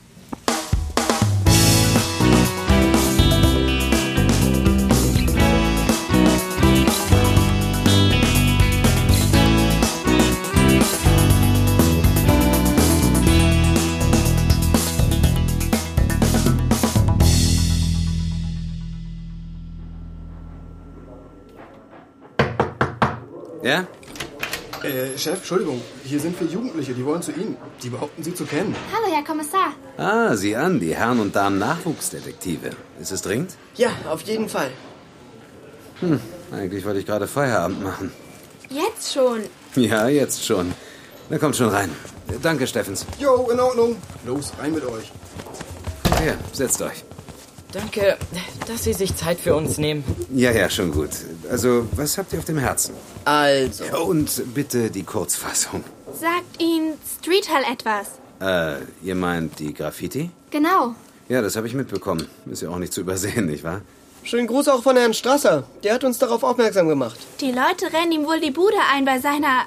Ja? Äh, Chef, Entschuldigung, hier sind wir Jugendliche, die wollen zu Ihnen. Die behaupten, Sie zu kennen. Hallo, Herr Kommissar. Ah, sieh an, die Herren und Damen Nachwuchsdetektive. Ist es dringend? Ja, auf jeden Fall. Hm, eigentlich wollte ich gerade Feierabend machen. Jetzt schon. Ja, jetzt schon. Na, kommt schon rein. Danke, Steffens. Jo, in Ordnung. Los, rein mit euch. Hier, setzt euch. Danke, dass Sie sich Zeit für uns nehmen. Ja, ja, schon gut. Also, was habt ihr auf dem Herzen? Also. Und bitte die Kurzfassung. Sagt Ihnen Street Hall etwas? Äh, ihr meint die Graffiti? Genau. Ja, das habe ich mitbekommen. Ist ja auch nicht zu übersehen, nicht wahr? Schönen Gruß auch von Herrn Strasser. Der hat uns darauf aufmerksam gemacht. Die Leute rennen ihm wohl die Bude ein bei seiner.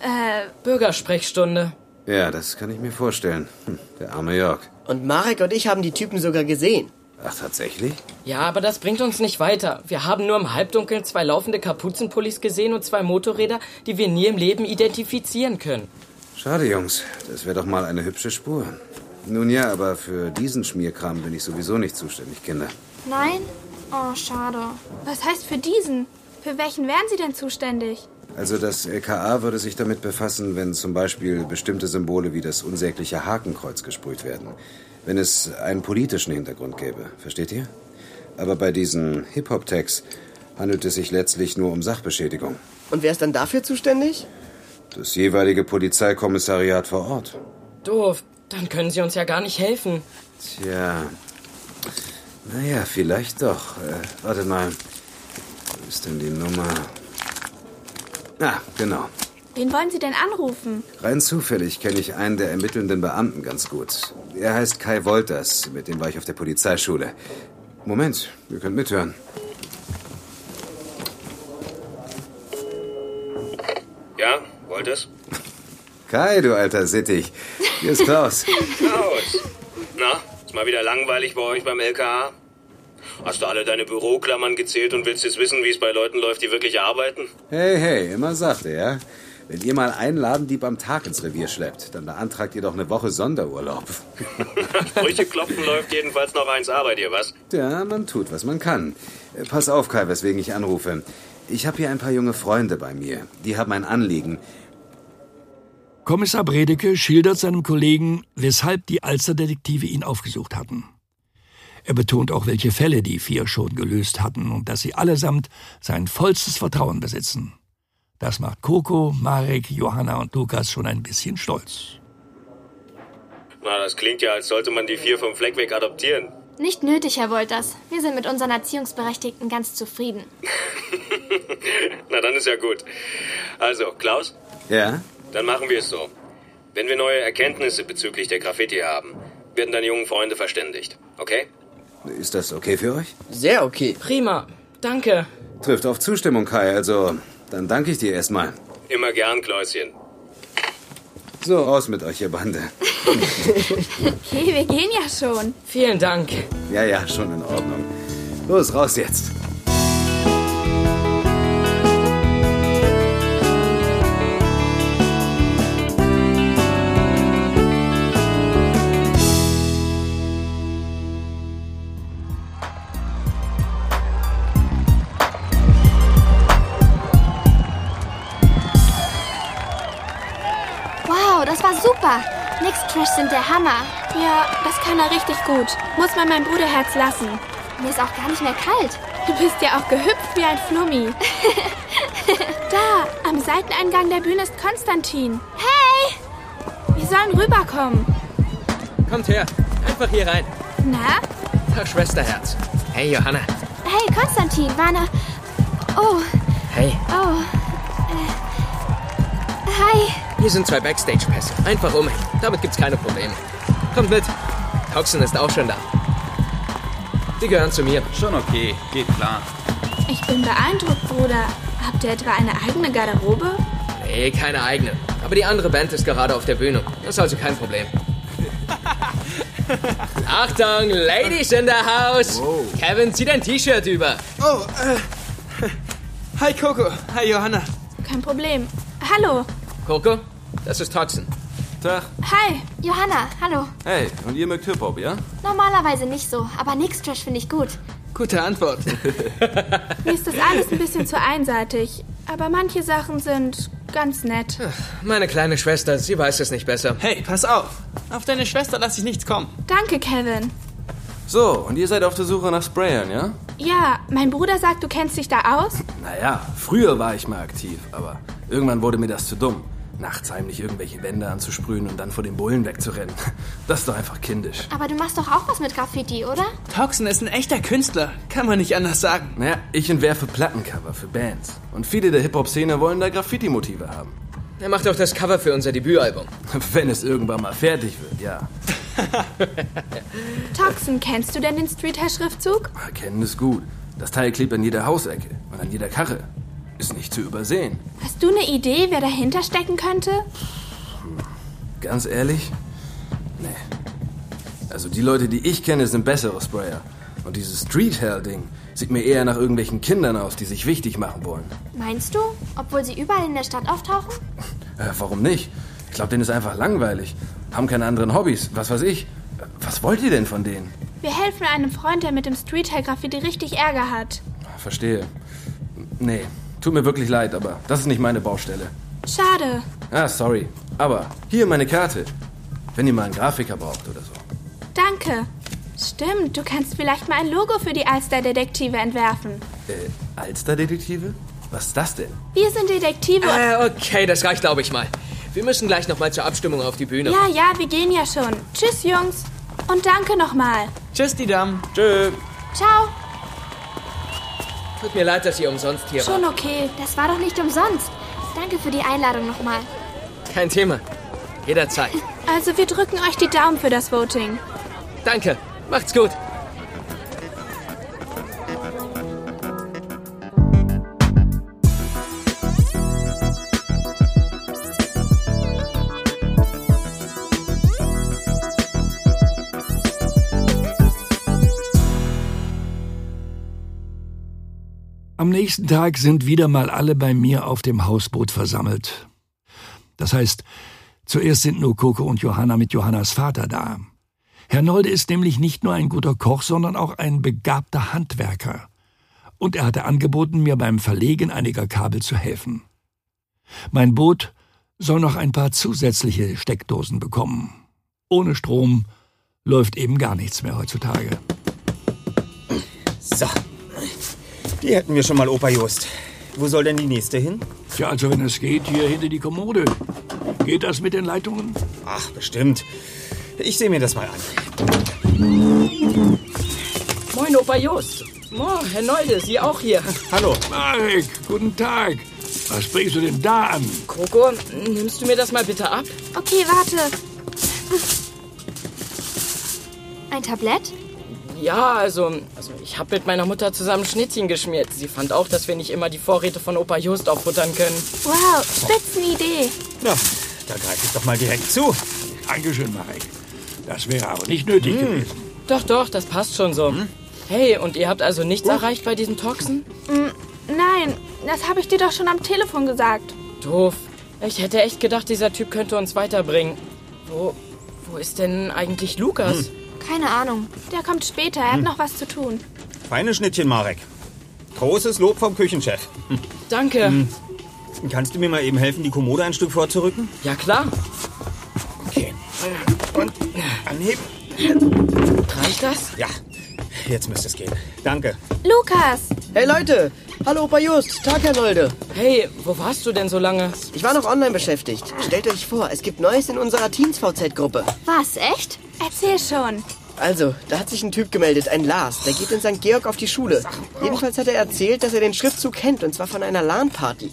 Äh. Bürgersprechstunde. Ja, das kann ich mir vorstellen. Hm, der arme Jörg. Und Marek und ich haben die Typen sogar gesehen. Ach, tatsächlich? Ja, aber das bringt uns nicht weiter. Wir haben nur im Halbdunkeln zwei laufende Kapuzenpullis gesehen und zwei Motorräder, die wir nie im Leben identifizieren können. Schade, Jungs. Das wäre doch mal eine hübsche Spur. Nun ja, aber für diesen Schmierkram bin ich sowieso nicht zuständig, Kinder. Nein? Oh, schade. Was heißt für diesen? Für welchen wären Sie denn zuständig? Also das LKA würde sich damit befassen, wenn zum Beispiel bestimmte Symbole wie das unsägliche Hakenkreuz gesprüht werden. Wenn es einen politischen Hintergrund gäbe, versteht ihr? Aber bei diesen Hip-Hop-Tags handelt es sich letztlich nur um Sachbeschädigung. Und wer ist dann dafür zuständig? Das jeweilige Polizeikommissariat vor Ort. Doof, dann können Sie uns ja gar nicht helfen. Tja. Naja, vielleicht doch. Äh, wartet mal. Wo ist denn die Nummer? Ah, genau. Wen wollen Sie denn anrufen? Rein zufällig kenne ich einen der ermittelnden Beamten ganz gut. Er heißt Kai Wolters, mit dem war ich auf der Polizeischule. Moment, ihr könnt mithören. Ja, Wolters? Kai, du alter Sittich. Hier ist Klaus. Klaus! Na, ist mal wieder langweilig bei euch beim LKA? Hast du alle deine Büroklammern gezählt und willst jetzt wissen, wie es bei Leuten läuft, die wirklich arbeiten? Hey, hey, immer sagt er, ja? Wenn ihr mal einen Ladendieb am Tag ins Revier schleppt, dann beantragt ihr doch eine Woche Sonderurlaub. Sprüche klopfen läuft jedenfalls noch eins A bei dir, was? Ja, man tut, was man kann. Äh, Pass auf, Kai, weswegen ich anrufe. Ich habe hier ein paar junge Freunde bei mir. Die haben ein Anliegen. Kommissar Bredeke schildert seinem Kollegen, weshalb die Alsterdetektive ihn aufgesucht hatten. Er betont auch, welche Fälle die vier schon gelöst hatten und dass sie allesamt sein vollstes Vertrauen besitzen. Das macht Coco, Marek, Johanna und Lukas schon ein bisschen stolz. Na, das klingt ja, als sollte man die vier vom Fleck weg adoptieren. Nicht nötig, Herr Wolters. Wir sind mit unseren Erziehungsberechtigten ganz zufrieden. Na, dann ist ja gut. Also, Klaus, Ja? dann machen wir es so. Wenn wir neue Erkenntnisse bezüglich der Graffiti haben, werden deine jungen Freunde verständigt, okay? Ist das okay für euch? Sehr okay. Prima. Danke. Trifft auf Zustimmung, Kai. Also, dann danke ich dir erstmal. Immer gern, Kläuschen. So, raus mit euch, ihr Bande. Okay, wir gehen ja schon. Vielen Dank. Ja, ja, schon in Ordnung. Los, raus jetzt. Wow, das war super. Next Trash sind der Hammer. Ja, das kann er richtig gut. Muss man mein Bruderherz lassen. Mir ist auch gar nicht mehr kalt. Du bist ja auch gehüpft wie ein Flummi. da, am Seiteneingang der Bühne ist Konstantin. Hey! Wir sollen rüberkommen. Kommt her. Einfach hier rein. Na? Ach, Schwesterherz. Hey, Johanna. Hey, Konstantin, Warner. ne- Oh, Hey. oh. Äh, hi. Hier sind zwei Backstage-Pässe. Einfach um. Damit gibt's keine Probleme. Kommt mit. Coxon ist auch schon da. Die gehören zu mir. Schon okay. Geht klar. Ich bin beeindruckt, Bruder. Habt ihr etwa eine eigene Garderobe? Nee, keine eigene. Aber die andere Band ist gerade auf der Bühne. Das ist also kein Problem. Achtung, Ladies in the House! Kevin, zieh dein T-Shirt über. Oh, äh. Hi Coco. Hi Johanna. Kein Problem. Hallo. Coco, das ist Toxin. Tag. Hi. Johanna, hallo. Hey, und ihr mögt Hip-Hop, ja? Normalerweise nicht so, aber Next Trash finde ich gut. Gute Antwort. Mir ist das alles ein bisschen zu einseitig. Aber manche Sachen sind ganz nett. Meine kleine Schwester, sie weiß es nicht besser. Hey, pass auf. Auf deine Schwester lasse ich nichts kommen. Danke, Kevin. So, und ihr seid auf der Suche nach Sprayern, ja? Ja, mein Bruder sagt, du kennst dich da aus. Naja, Ah früher war ich mal aktiv, aber irgendwann wurde mir das zu dumm. Nachts heimlich irgendwelche Wände anzusprühen und dann vor den Bullen wegzurennen. Das ist doch einfach kindisch. Aber du machst doch auch was mit Graffiti, oder? Toxin ist ein echter Künstler. Kann man nicht anders sagen. Naja, ich entwerfe Plattencover für Bands. Und viele der Hip-Hop-Szene wollen da Graffiti-Motive haben. Er macht auch das Cover für unser Debütalbum. Wenn es irgendwann mal fertig wird, ja. Toxin, kennst du denn den Street-Herr-Schriftzug? Erkennen ist gut. Das Teil klebt an jeder Hausecke und an jeder Karre. Ist nicht zu übersehen. Hast du eine Idee, wer dahinter stecken könnte? Ganz ehrlich? Nee. Also die Leute, die ich kenne, sind bessere Sprayer. Und dieses Street Hell Ding sieht mir eher nach irgendwelchen Kindern aus, die sich wichtig machen wollen. Meinst du? Obwohl sie überall in der Stadt auftauchen? Äh, warum nicht? Ich glaube, denen ist einfach langweilig. Haben keine anderen Hobbys, was weiß ich. Äh, Was wollt ihr denn von denen? Wir helfen einem Freund, der mit dem Street-Herr-Graffiti richtig Ärger hat. Ah, Verstehe. Nee, tut mir wirklich leid, aber das ist nicht meine Baustelle. Schade. Ah, sorry. Aber hier meine Karte. Wenn ihr mal einen Grafiker braucht oder so. Danke. Stimmt, du kannst vielleicht mal ein Logo für die Alster-Detektive entwerfen. Äh, Alsterdetektive? Was ist das denn? Wir sind Detektive. Äh, okay, das reicht, glaube ich, mal. Wir müssen gleich nochmal zur Abstimmung auf die Bühne. Ja, ja, wir gehen ja schon. Tschüss, Jungs. Und danke nochmal. Tschüss, die Damen. Tschö. Ciao. Tut mir leid, dass ihr umsonst hier Schon wart. okay. Das war doch nicht umsonst. Danke für die Einladung nochmal. Kein Thema. Jederzeit. Also, wir drücken euch die Daumen für das Voting. Danke. Macht's gut. Am nächsten Tag sind wieder mal alle bei mir auf dem Hausboot versammelt. Das heißt, zuerst sind nur Coco und Johanna mit Johannas Vater da. Herr Nolde ist nämlich nicht nur ein guter Koch, sondern auch ein begabter Handwerker. Und er hatte angeboten, mir beim Verlegen einiger Kabel zu helfen. Mein Boot soll noch ein paar zusätzliche Steckdosen bekommen. Ohne Strom läuft eben gar nichts mehr heutzutage. So. Die hätten wir schon mal, Opa Jost. Wo soll denn die nächste hin? Tja, also wenn es geht, hier hinter die Kommode. Geht das mit den Leitungen? Ach, bestimmt. Ich sehe mir das mal an. Moin, Opa Jos. Moin, Herr Neude, Sie auch hier. Hallo. Marek, guten Tag. Was bringst du denn da an? Coco, nimmst du mir das mal bitte ab? Okay, warte. Ein Tablett? Ja, also, also ich habe mit meiner Mutter zusammen Schnittchen geschmiert. Sie fand auch, dass wir nicht immer die Vorräte von Opa Just auffuttern können. Wow, Spitzenidee. Na, da greife ich doch mal direkt zu. Dankeschön, Marek. Das wäre aber nicht nötig Hm. gewesen. Doch, doch, das passt schon so. Hey, und ihr habt also nichts erreicht bei diesen Toxen? Mm, Nein, das habe ich dir doch schon am Telefon gesagt. Doof. Ich hätte echt gedacht, dieser Typ könnte uns weiterbringen. Wo, wo ist denn eigentlich Lukas? Keine Ahnung. Der kommt später, er hat Hm. noch was zu tun. Feine Schnittchen, Marek. Großes Lob vom Küchenchef. Hm. Danke. Hm. Kannst du mir mal eben helfen, die Kommode ein Stück vorzurücken? Ja, klar. Okay. Und anheben. Reicht das? Ja, jetzt müsste es gehen. Danke. Lukas! Hey Leute! Hallo Opa Just, Tag Herr Nolde. Hey, wo warst du denn so lange? Ich war noch online beschäftigt. Stellt euch vor, es gibt Neues in unserer Teens-VZ-Gruppe. Was, echt? Erzähl schon. Also, da hat sich ein Typ gemeldet, ein Lars. Der geht in St. Georg auf die Schule. Jedenfalls hat er erzählt, dass er den Schriftzug kennt, und zwar von einer LAN-Party.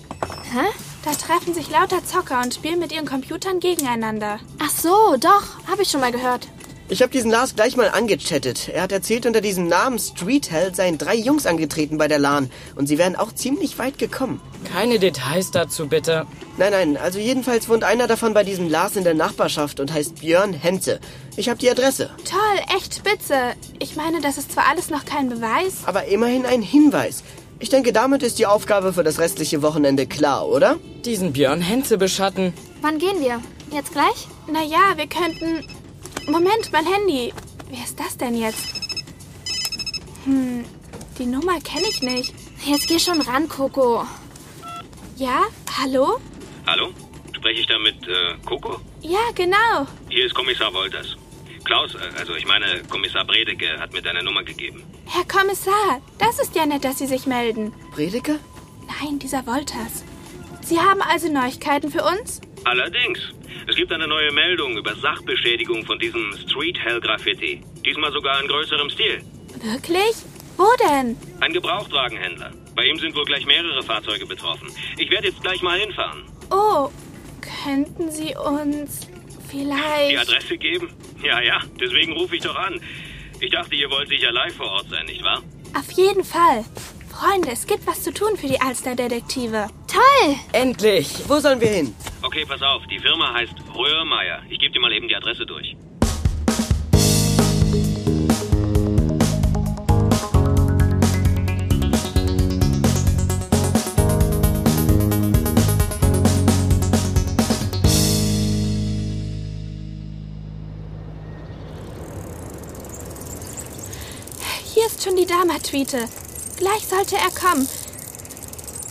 Hä? Da treffen sich lauter Zocker und spielen mit ihren Computern gegeneinander. Ach so, doch, habe ich schon mal gehört. Ich habe diesen Lars gleich mal angechattet. Er hat erzählt, unter diesem Namen Street Hell seien drei Jungs angetreten bei der LAN und sie wären auch ziemlich weit gekommen. Keine Details dazu, bitte. Nein, nein, also jedenfalls wohnt einer davon bei diesem Lars in der Nachbarschaft und heißt Björn Henze. Ich habe die Adresse. Toll, echt spitze. Ich meine, das ist zwar alles noch kein Beweis. Aber immerhin ein Hinweis. Ich denke, damit ist die Aufgabe für das restliche Wochenende klar, oder? Diesen Björn Henze beschatten. Wann gehen wir? Jetzt gleich? Naja, wir könnten. Moment, mein Handy. Wer ist das denn jetzt? Hm, die Nummer kenne ich nicht. Jetzt geh schon ran, Coco. Ja? Hallo? Hallo? Spreche ich da mit äh, Coco? Ja, genau. Hier ist Kommissar Wolters. Klaus, äh, also ich meine, Kommissar Bredeke hat mir deine Nummer gegeben. Herr Kommissar, das ist ja nett, dass Sie sich melden. Prediger? Nein, dieser Wolters. Sie haben also Neuigkeiten für uns? Allerdings, es gibt eine neue Meldung über Sachbeschädigung von diesem Street Hell Graffiti. Diesmal sogar in größerem Stil. Wirklich? Wo denn? Ein Gebrauchtwagenhändler. Bei ihm sind wohl gleich mehrere Fahrzeuge betroffen. Ich werde jetzt gleich mal hinfahren. Oh, könnten Sie uns Die vielleicht. Adresse geben? Ja, ja, deswegen rufe ich doch an. Ich dachte, ihr wollt sicher live vor Ort sein, nicht wahr? Auf jeden Fall. Freunde, es gibt was zu tun für die Alster-Detektive. Toll! Endlich! Wo sollen wir hin? Okay, pass auf, die Firma heißt Röhrmeier. Ich gebe dir mal eben die Adresse durch. Hier ist schon die Dama-Tweete. Gleich sollte er kommen.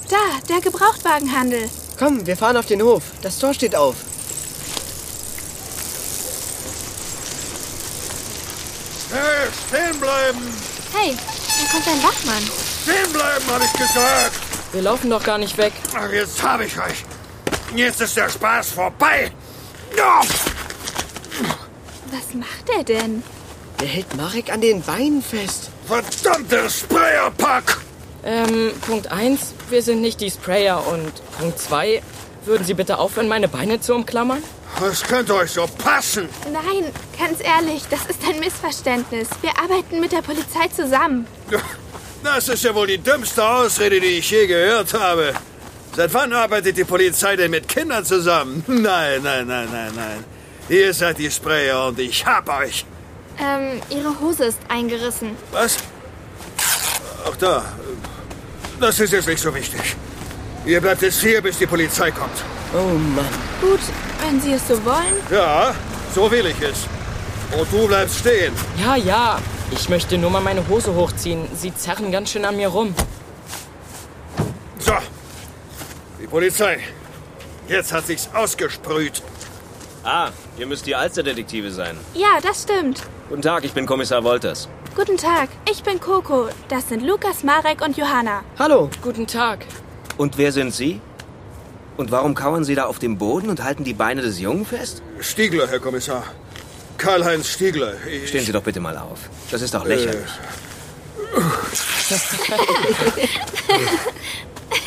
Da, der Gebrauchtwagenhandel. Komm, wir fahren auf den Hof. Das Tor steht auf. Hey, stehen bleiben! Hey, da kommt ein Wachmann. Stehen bleiben, habe ich gesagt! Wir laufen doch gar nicht weg. Ach, jetzt habe ich euch. Jetzt ist der Spaß vorbei. Ja. Was macht er denn? Der hält Marek an den Beinen fest. Verdammte Sprayerpack! Ähm, Punkt 1, wir sind nicht die Sprayer. Und Punkt 2, würden Sie bitte aufhören, meine Beine zu umklammern? Das könnte euch so passen. Nein, ganz ehrlich, das ist ein Missverständnis. Wir arbeiten mit der Polizei zusammen. Das ist ja wohl die dümmste Ausrede, die ich je gehört habe. Seit wann arbeitet die Polizei denn mit Kindern zusammen? Nein, nein, nein, nein, nein. Ihr seid die Sprayer und ich hab euch. Ähm, ihre Hose ist eingerissen. Was? Ach da. Das ist jetzt nicht so wichtig. Ihr bleibt jetzt hier, bis die Polizei kommt. Oh Mann. Gut, wenn Sie es so wollen. Ja, so will ich es. Und du bleibst stehen. Ja, ja. Ich möchte nur mal meine Hose hochziehen. Sie zerren ganz schön an mir rum. So, die Polizei. Jetzt hat sich's ausgesprüht. Ah, ihr müsst die Alsterdetektive sein. Ja, das stimmt. Guten Tag, ich bin Kommissar Wolters. Guten Tag, ich bin Coco. Das sind Lukas, Marek und Johanna. Hallo. Guten Tag. Und wer sind Sie? Und warum kauern Sie da auf dem Boden und halten die Beine des Jungen fest? Stiegler, Herr Kommissar. Karl-Heinz Stiegler. Ich- Stehen Sie doch bitte mal auf. Das ist doch Äh, lächerlich.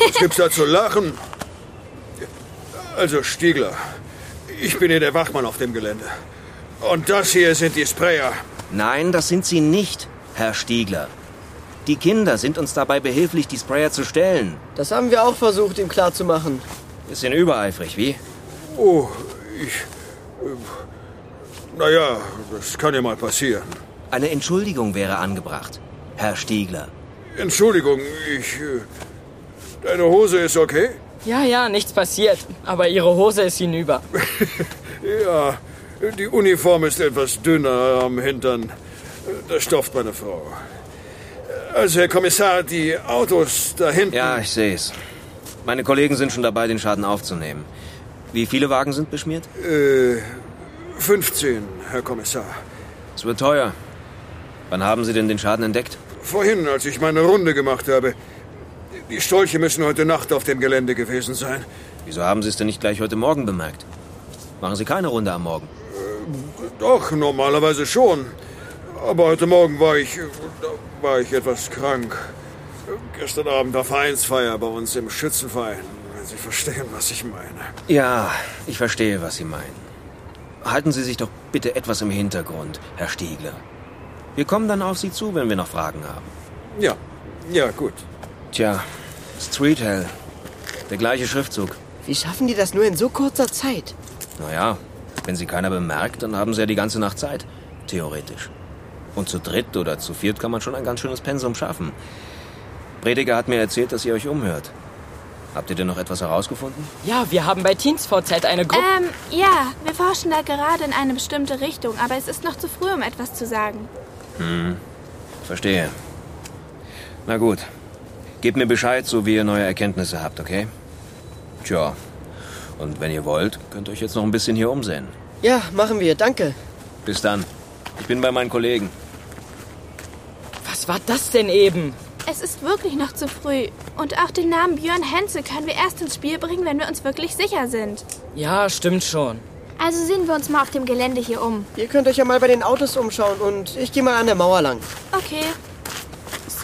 Was gibt's da zu lachen? Also, Stiegler, ich bin hier der Wachmann auf dem Gelände. Und das hier sind die Sprayer. Nein, das sind Sie nicht, Herr Stiegler. Die Kinder sind uns dabei behilflich, die Sprayer zu stellen. Das haben wir auch versucht, ihm klarzumachen. Bisschen übereifrig, wie? Oh, ich. Naja, das kann ja mal passieren. Eine Entschuldigung wäre angebracht, Herr Stiegler. Entschuldigung, ich. äh, Deine Hose ist okay? Ja, ja, nichts passiert. Aber ihre Hose ist hinüber. Ja, die Uniform ist etwas dünner am Hintern. Das stofft meine Frau. Also, Herr Kommissar, die Autos da hinten. Ja, ich sehe es. Meine Kollegen sind schon dabei, den Schaden aufzunehmen. Wie viele Wagen sind beschmiert? Äh, 15, Herr Kommissar. Es wird teuer. Wann haben Sie denn den Schaden entdeckt? Vorhin, als ich meine Runde gemacht habe. Die Stolche müssen heute Nacht auf dem Gelände gewesen sein. Wieso haben Sie es denn nicht gleich heute Morgen bemerkt? Machen Sie keine Runde am Morgen. Doch, normalerweise schon. Aber heute Morgen war ich, da war ich etwas krank. Gestern Abend war Vereinsfeier bei uns im Schützenverein. Wenn Sie verstehen, was ich meine. Ja, ich verstehe, was Sie meinen. Halten Sie sich doch bitte etwas im Hintergrund, Herr Stiegler. Wir kommen dann auf Sie zu, wenn wir noch Fragen haben. Ja, ja, gut. Tja, Street Hell. Der gleiche Schriftzug. Wie schaffen die das nur in so kurzer Zeit? Naja, wenn sie keiner bemerkt, dann haben sie ja die ganze Nacht Zeit. Theoretisch. Und zu dritt oder zu viert kann man schon ein ganz schönes Pensum schaffen. Prediger hat mir erzählt, dass ihr euch umhört. Habt ihr denn noch etwas herausgefunden? Ja, wir haben bei Teens VZ eine Gruppe. Ähm, ja, wir forschen da gerade in eine bestimmte Richtung, aber es ist noch zu früh, um etwas zu sagen. Hm, verstehe. Na gut. Gebt mir Bescheid, so wie ihr neue Erkenntnisse habt, okay? Tja. Und wenn ihr wollt, könnt ihr euch jetzt noch ein bisschen hier umsehen. Ja, machen wir, danke. Bis dann. Ich bin bei meinen Kollegen. Was war das denn eben? Es ist wirklich noch zu früh. Und auch den Namen Björn Henze können wir erst ins Spiel bringen, wenn wir uns wirklich sicher sind. Ja, stimmt schon. Also sehen wir uns mal auf dem Gelände hier um. Ihr könnt euch ja mal bei den Autos umschauen und ich gehe mal an der Mauer lang. Okay.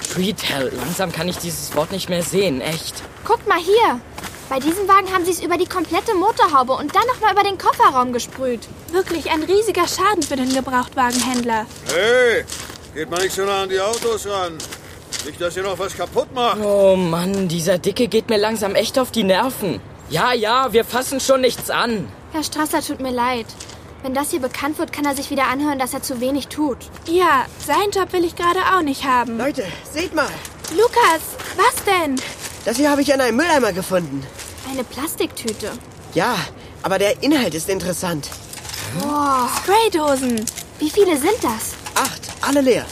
Street Hell. Langsam kann ich dieses Wort nicht mehr sehen, echt. Guck mal hier. Bei diesem Wagen haben sie es über die komplette Motorhaube und dann nochmal über den Kofferraum gesprüht. Wirklich ein riesiger Schaden für den Gebrauchtwagenhändler. Hey, geht mal nicht so nah an die Autos ran. Nicht, dass ihr noch was kaputt macht. Oh Mann, dieser Dicke geht mir langsam echt auf die Nerven. Ja, ja, wir fassen schon nichts an. Herr Strasser tut mir leid. Wenn das hier bekannt wird, kann er sich wieder anhören, dass er zu wenig tut. Ja, seinen Job will ich gerade auch nicht haben. Leute, seht mal. Lukas, was denn? Das hier habe ich an einem Mülleimer gefunden. Eine Plastiktüte. Ja, aber der Inhalt ist interessant. Wow. Spraydosen. Wie viele sind das? Acht, alle leer.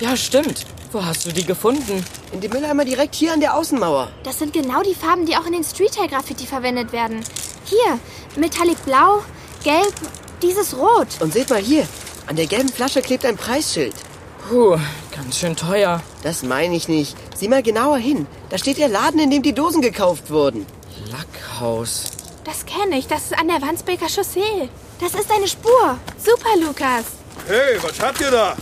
Ja, stimmt. Wo hast du die gefunden? In dem Mülleimer direkt hier an der Außenmauer. Das sind genau die Farben, die auch in den Street-Hair-Graffiti verwendet werden. Hier, Metallic Blau, Gelb, dieses Rot. Und seht mal hier. An der gelben Flasche klebt ein Preisschild. Puh, ganz schön teuer. Das meine ich nicht. Sieh mal genauer hin. Da steht der Laden, in dem die Dosen gekauft wurden. Lackhaus. Das kenne ich. Das ist an der Wandsbeker Chaussee. Das ist eine Spur. Super, Lukas. Hey, was habt ihr da?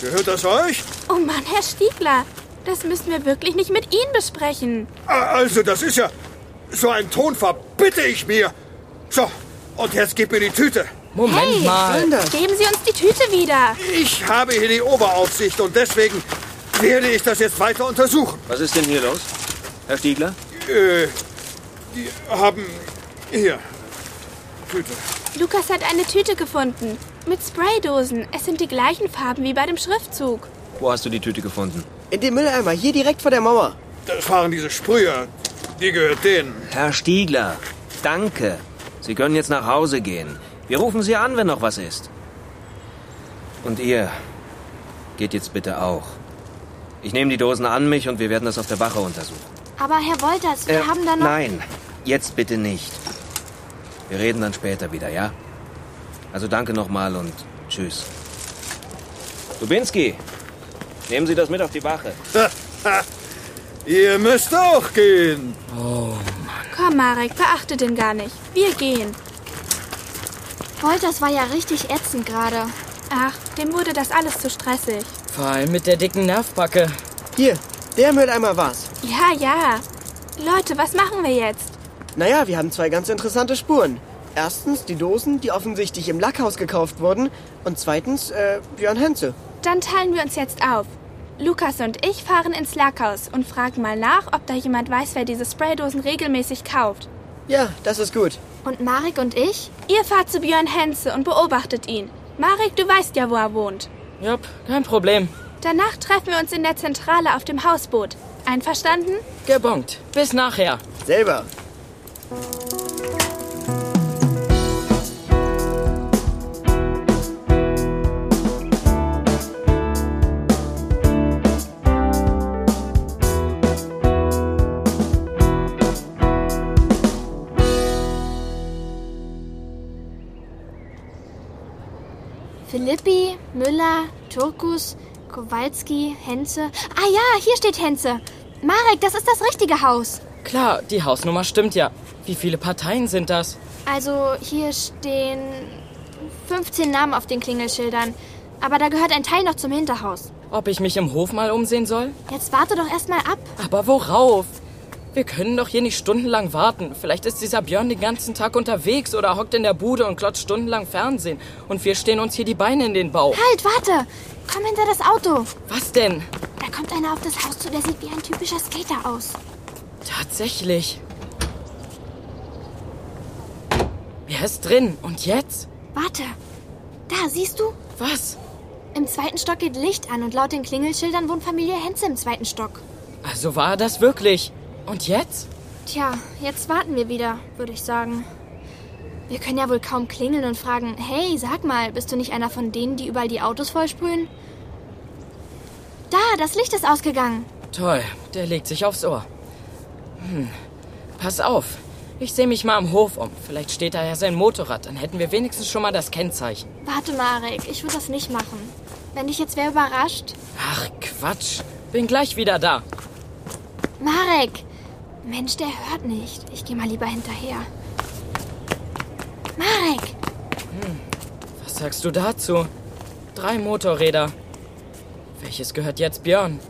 Gehört das euch? Oh Mann, Herr Stiegler. Das müssen wir wirklich nicht mit Ihnen besprechen. Ah, Also, das ist ja. So einen Ton verbitte ich mir. So, und jetzt gib mir die Tüte. Moment hey, mal. geben Sie uns die Tüte wieder. Ich habe hier die Oberaufsicht und deswegen werde ich das jetzt weiter untersuchen. Was ist denn hier los? Herr Stiegler? Äh, die haben. Hier. Tüte. Lukas hat eine Tüte gefunden. Mit Spraydosen. Es sind die gleichen Farben wie bei dem Schriftzug. Wo hast du die Tüte gefunden? In dem Mülleimer, hier direkt vor der Mauer. Das waren diese Sprüher. Die gehört denen. Herr Stiegler, danke. Sie können jetzt nach Hause gehen. Wir rufen Sie an, wenn noch was ist. Und ihr geht jetzt bitte auch. Ich nehme die Dosen an mich und wir werden das auf der Wache untersuchen. Aber Herr Wolters, wir Äh, haben da noch... Nein, jetzt bitte nicht. Wir reden dann später wieder, ja? Also danke nochmal und tschüss. Dubinski, nehmen Sie das mit auf die Wache. Ihr müsst auch gehen. Komm, Marek, beachte den gar nicht. Wir gehen. Wolters war ja richtig ätzend gerade. Ach, dem wurde das alles zu stressig. Vor allem mit der dicken Nervbacke. Hier, der Mülleimer war's. Ja, ja. Leute, was machen wir jetzt? Naja, wir haben zwei ganz interessante Spuren. Erstens die Dosen, die offensichtlich im Lackhaus gekauft wurden. Und zweitens äh, Björn Henze. Dann teilen wir uns jetzt auf. Lukas und ich fahren ins Lackhaus und fragen mal nach, ob da jemand weiß, wer diese Spraydosen regelmäßig kauft. Ja, das ist gut. Und Marek und ich? Ihr fahrt zu Björn Henze und beobachtet ihn. Marek, du weißt ja, wo er wohnt. Jupp, kein Problem. Danach treffen wir uns in der Zentrale auf dem Hausboot. Einverstanden? Gebongt. Bis nachher. Selber. Philippi, Müller, Turkus, Kowalski, Henze. Ah ja, hier steht Henze. Marek, das ist das richtige Haus. Klar, die Hausnummer stimmt ja. Wie viele Parteien sind das? Also hier stehen 15 Namen auf den Klingelschildern. Aber da gehört ein Teil noch zum Hinterhaus. Ob ich mich im Hof mal umsehen soll? Jetzt warte doch erstmal ab. Aber worauf? Wir können doch hier nicht stundenlang warten. Vielleicht ist dieser Björn den ganzen Tag unterwegs oder hockt in der Bude und klotzt stundenlang Fernsehen. Und wir stehen uns hier die Beine in den Bauch. Halt, warte. Komm hinter das Auto. Was denn? Da kommt einer auf das Haus zu, der sieht wie ein typischer Skater aus. Tatsächlich. Er ist drin. Und jetzt? Warte. Da, siehst du? Was? Im zweiten Stock geht Licht an und laut den Klingelschildern wohnt Familie Henze im zweiten Stock. Also war er das wirklich? Und jetzt? Tja, jetzt warten wir wieder, würde ich sagen. Wir können ja wohl kaum klingeln und fragen, hey, sag mal, bist du nicht einer von denen, die überall die Autos vollsprühen? Da, das Licht ist ausgegangen. Toll, der legt sich aufs Ohr. Hm, pass auf. Ich sehe mich mal am Hof um. Vielleicht steht da ja sein Motorrad. Dann hätten wir wenigstens schon mal das Kennzeichen. Warte, Marek, ich würde das nicht machen. Wenn dich jetzt wer überrascht. Ach, Quatsch. Bin gleich wieder da. Marek! Mensch, der hört nicht. Ich gehe mal lieber hinterher. Marek! Hm, was sagst du dazu? Drei Motorräder. Welches gehört jetzt Björn?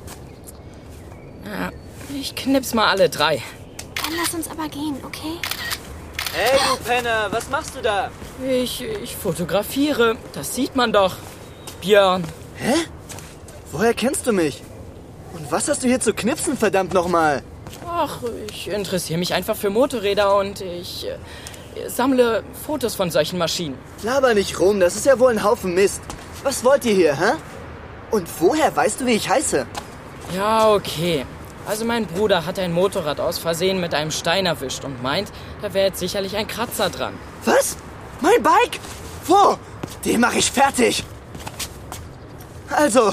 Na, ich knips mal alle drei. Dann lass uns aber gehen, okay? Hey, du Penner, was machst du da? Ich, ich fotografiere. Das sieht man doch. Björn. Hä? Woher kennst du mich? Und was hast du hier zu knipsen, verdammt nochmal? Ach, ich interessiere mich einfach für Motorräder und ich äh, sammle Fotos von solchen Maschinen. Laber nicht rum, das ist ja wohl ein Haufen Mist. Was wollt ihr hier, hä? Und woher weißt du, wie ich heiße? Ja, okay. Also mein Bruder hat ein Motorrad aus Versehen mit einem Stein erwischt und meint, da wäre jetzt sicherlich ein Kratzer dran. Was? Mein Bike? Wo? Den mache ich fertig. Also,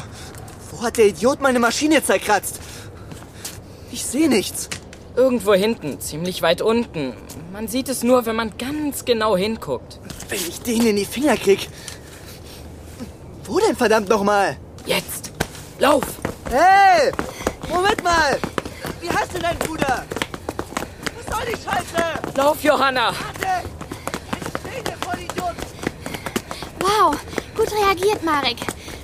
wo hat der Idiot meine Maschine zerkratzt? Ich sehe nichts. Irgendwo hinten, ziemlich weit unten. Man sieht es nur, wenn man ganz genau hinguckt. Wenn ich den in die Finger krieg. Wo denn verdammt nochmal? Jetzt! Lauf! Hey! Moment mal! Wie heißt denn dein Bruder? Was soll die Scheiße? Lauf, Johanna! Warte! Ich stehe dir voll Idiot! Wow, gut reagiert, Marek.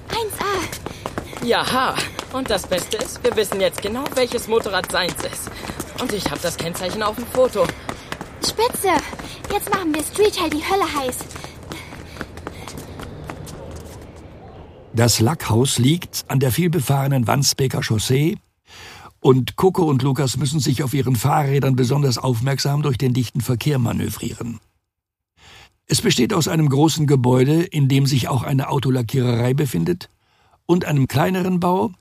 1A. Jaha, und das Beste ist, wir wissen jetzt genau, welches Motorrad seins ist. Und ich habe das Kennzeichen auf dem Foto. Spitze! Jetzt machen wir Streethead die Hölle heiß. Das Lackhaus liegt an der vielbefahrenen Wandsbeker Chaussee und Coco und Lukas müssen sich auf ihren Fahrrädern besonders aufmerksam durch den dichten Verkehr manövrieren. Es besteht aus einem großen Gebäude, in dem sich auch eine Autolackiererei befindet, und einem kleineren Bau,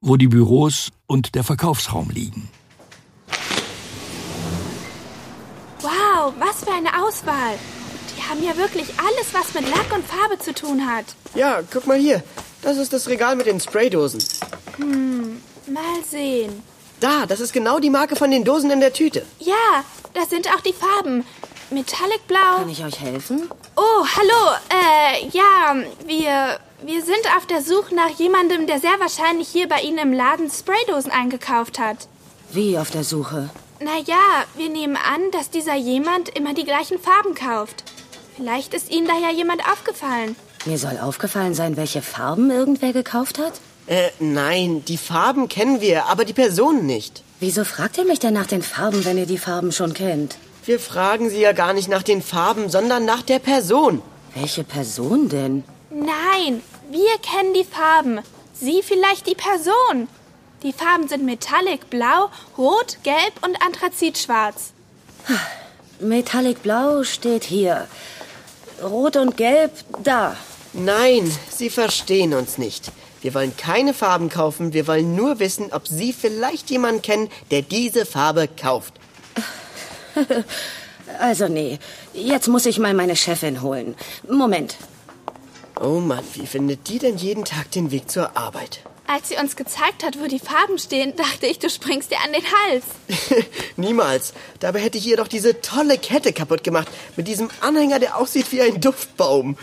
wo die Büros und der Verkaufsraum liegen. Wow, was für eine Auswahl! Die haben ja wirklich alles, was mit Lack und Farbe zu tun hat. Ja, guck mal hier. Das ist das Regal mit den Spraydosen. Hm, mal sehen. Da, das ist genau die Marke von den Dosen in der Tüte. Ja, das sind auch die Farben. Metallic Blau. Kann ich euch helfen? Oh, hallo. Äh, ja, wir wir sind auf der Suche nach jemandem, der sehr wahrscheinlich hier bei Ihnen im Laden Spraydosen eingekauft hat. Wie auf der Suche? Naja, wir nehmen an, dass dieser jemand immer die gleichen Farben kauft. Vielleicht ist Ihnen da ja jemand aufgefallen. Mir soll aufgefallen sein, welche Farben irgendwer gekauft hat? Äh, nein, die Farben kennen wir, aber die Personen nicht. Wieso fragt ihr mich denn nach den Farben, wenn ihr die Farben schon kennt? Wir fragen Sie ja gar nicht nach den Farben, sondern nach der Person. Welche Person denn? Nein, wir kennen die Farben. Sie vielleicht die Person. Die Farben sind Metallic Blau, Rot, Gelb und Anthrazitschwarz. Metallic Blau steht hier. Rot und Gelb da. Nein, Sie verstehen uns nicht. Wir wollen keine Farben kaufen, wir wollen nur wissen, ob Sie vielleicht jemanden kennen, der diese Farbe kauft. Also nee, jetzt muss ich mal meine Chefin holen. Moment. Oh Mann, wie findet die denn jeden Tag den Weg zur Arbeit? Als sie uns gezeigt hat, wo die Farben stehen, dachte ich, du springst dir an den Hals. Niemals. Dabei hätte ich ihr doch diese tolle Kette kaputt gemacht. Mit diesem Anhänger, der aussieht wie ein Duftbaum.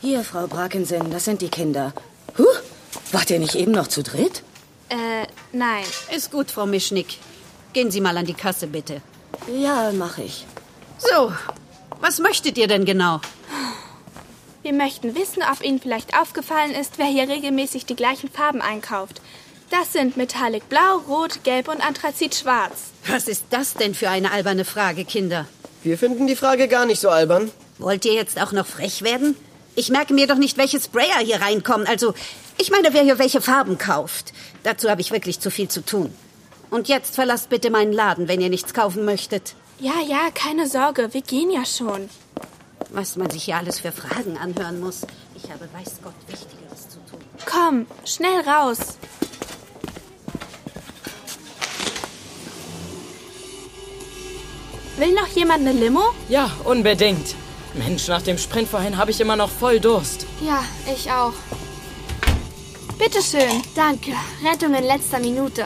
Hier, Frau Brakensen, das sind die Kinder. Huh, wart ihr nicht eben noch zu dritt? Äh, nein. Ist gut, Frau Mischnick. Gehen Sie mal an die Kasse, bitte. Ja, mache ich. So, was möchtet ihr denn genau? Wir möchten wissen, ob Ihnen vielleicht aufgefallen ist, wer hier regelmäßig die gleichen Farben einkauft. Das sind Metallic Blau, Rot, Gelb und Anthrazit Schwarz. Was ist das denn für eine alberne Frage, Kinder? Wir finden die Frage gar nicht so albern. Wollt ihr jetzt auch noch frech werden? Ich merke mir doch nicht, welche Sprayer hier reinkommen. Also, ich meine, wer hier welche Farben kauft. Dazu habe ich wirklich zu viel zu tun. Und jetzt verlasst bitte meinen Laden, wenn ihr nichts kaufen möchtet. Ja, ja, keine Sorge, wir gehen ja schon. Was man sich hier alles für Fragen anhören muss. Ich habe, weiß Gott, Wichtigeres zu tun. Komm, schnell raus. Will noch jemand eine Limo? Ja, unbedingt. Mensch, nach dem Sprint vorhin habe ich immer noch voll Durst. Ja, ich auch. Bitteschön. Danke. Rettung in letzter Minute.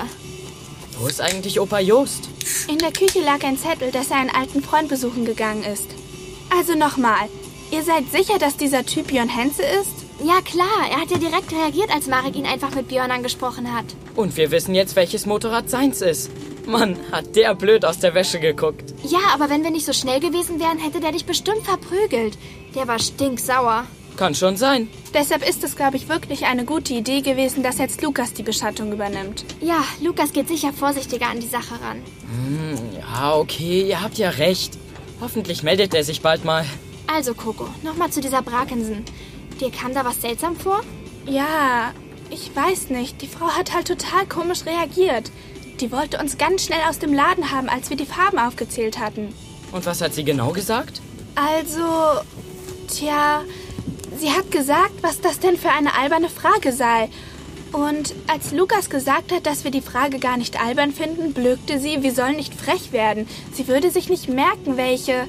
Wo ist eigentlich Opa Jost? In der Küche lag ein Zettel, dass er einen alten Freund besuchen gegangen ist. Also nochmal. Ihr seid sicher, dass dieser Typ Björn Henze ist? Ja, klar. Er hat ja direkt reagiert, als Marek ihn einfach mit Björn angesprochen hat. Und wir wissen jetzt, welches Motorrad seins ist. Mann, hat der blöd aus der Wäsche geguckt. Ja, aber wenn wir nicht so schnell gewesen wären, hätte der dich bestimmt verprügelt. Der war stinksauer. Kann schon sein. Deshalb ist es, glaube ich, wirklich eine gute Idee gewesen, dass jetzt Lukas die Beschattung übernimmt. Ja, Lukas geht sicher vorsichtiger an die Sache ran. Hm, ja, okay, ihr habt ja recht. Hoffentlich meldet er sich bald mal. Also, Coco, nochmal zu dieser Brakensen. Dir kam da was seltsam vor? Ja, ich weiß nicht. Die Frau hat halt total komisch reagiert. Die wollte uns ganz schnell aus dem Laden haben, als wir die Farben aufgezählt hatten. Und was hat sie genau gesagt? Also, tja, sie hat gesagt, was das denn für eine alberne Frage sei. Und als Lukas gesagt hat, dass wir die Frage gar nicht albern finden, blökte sie, wir sollen nicht frech werden. Sie würde sich nicht merken, welche.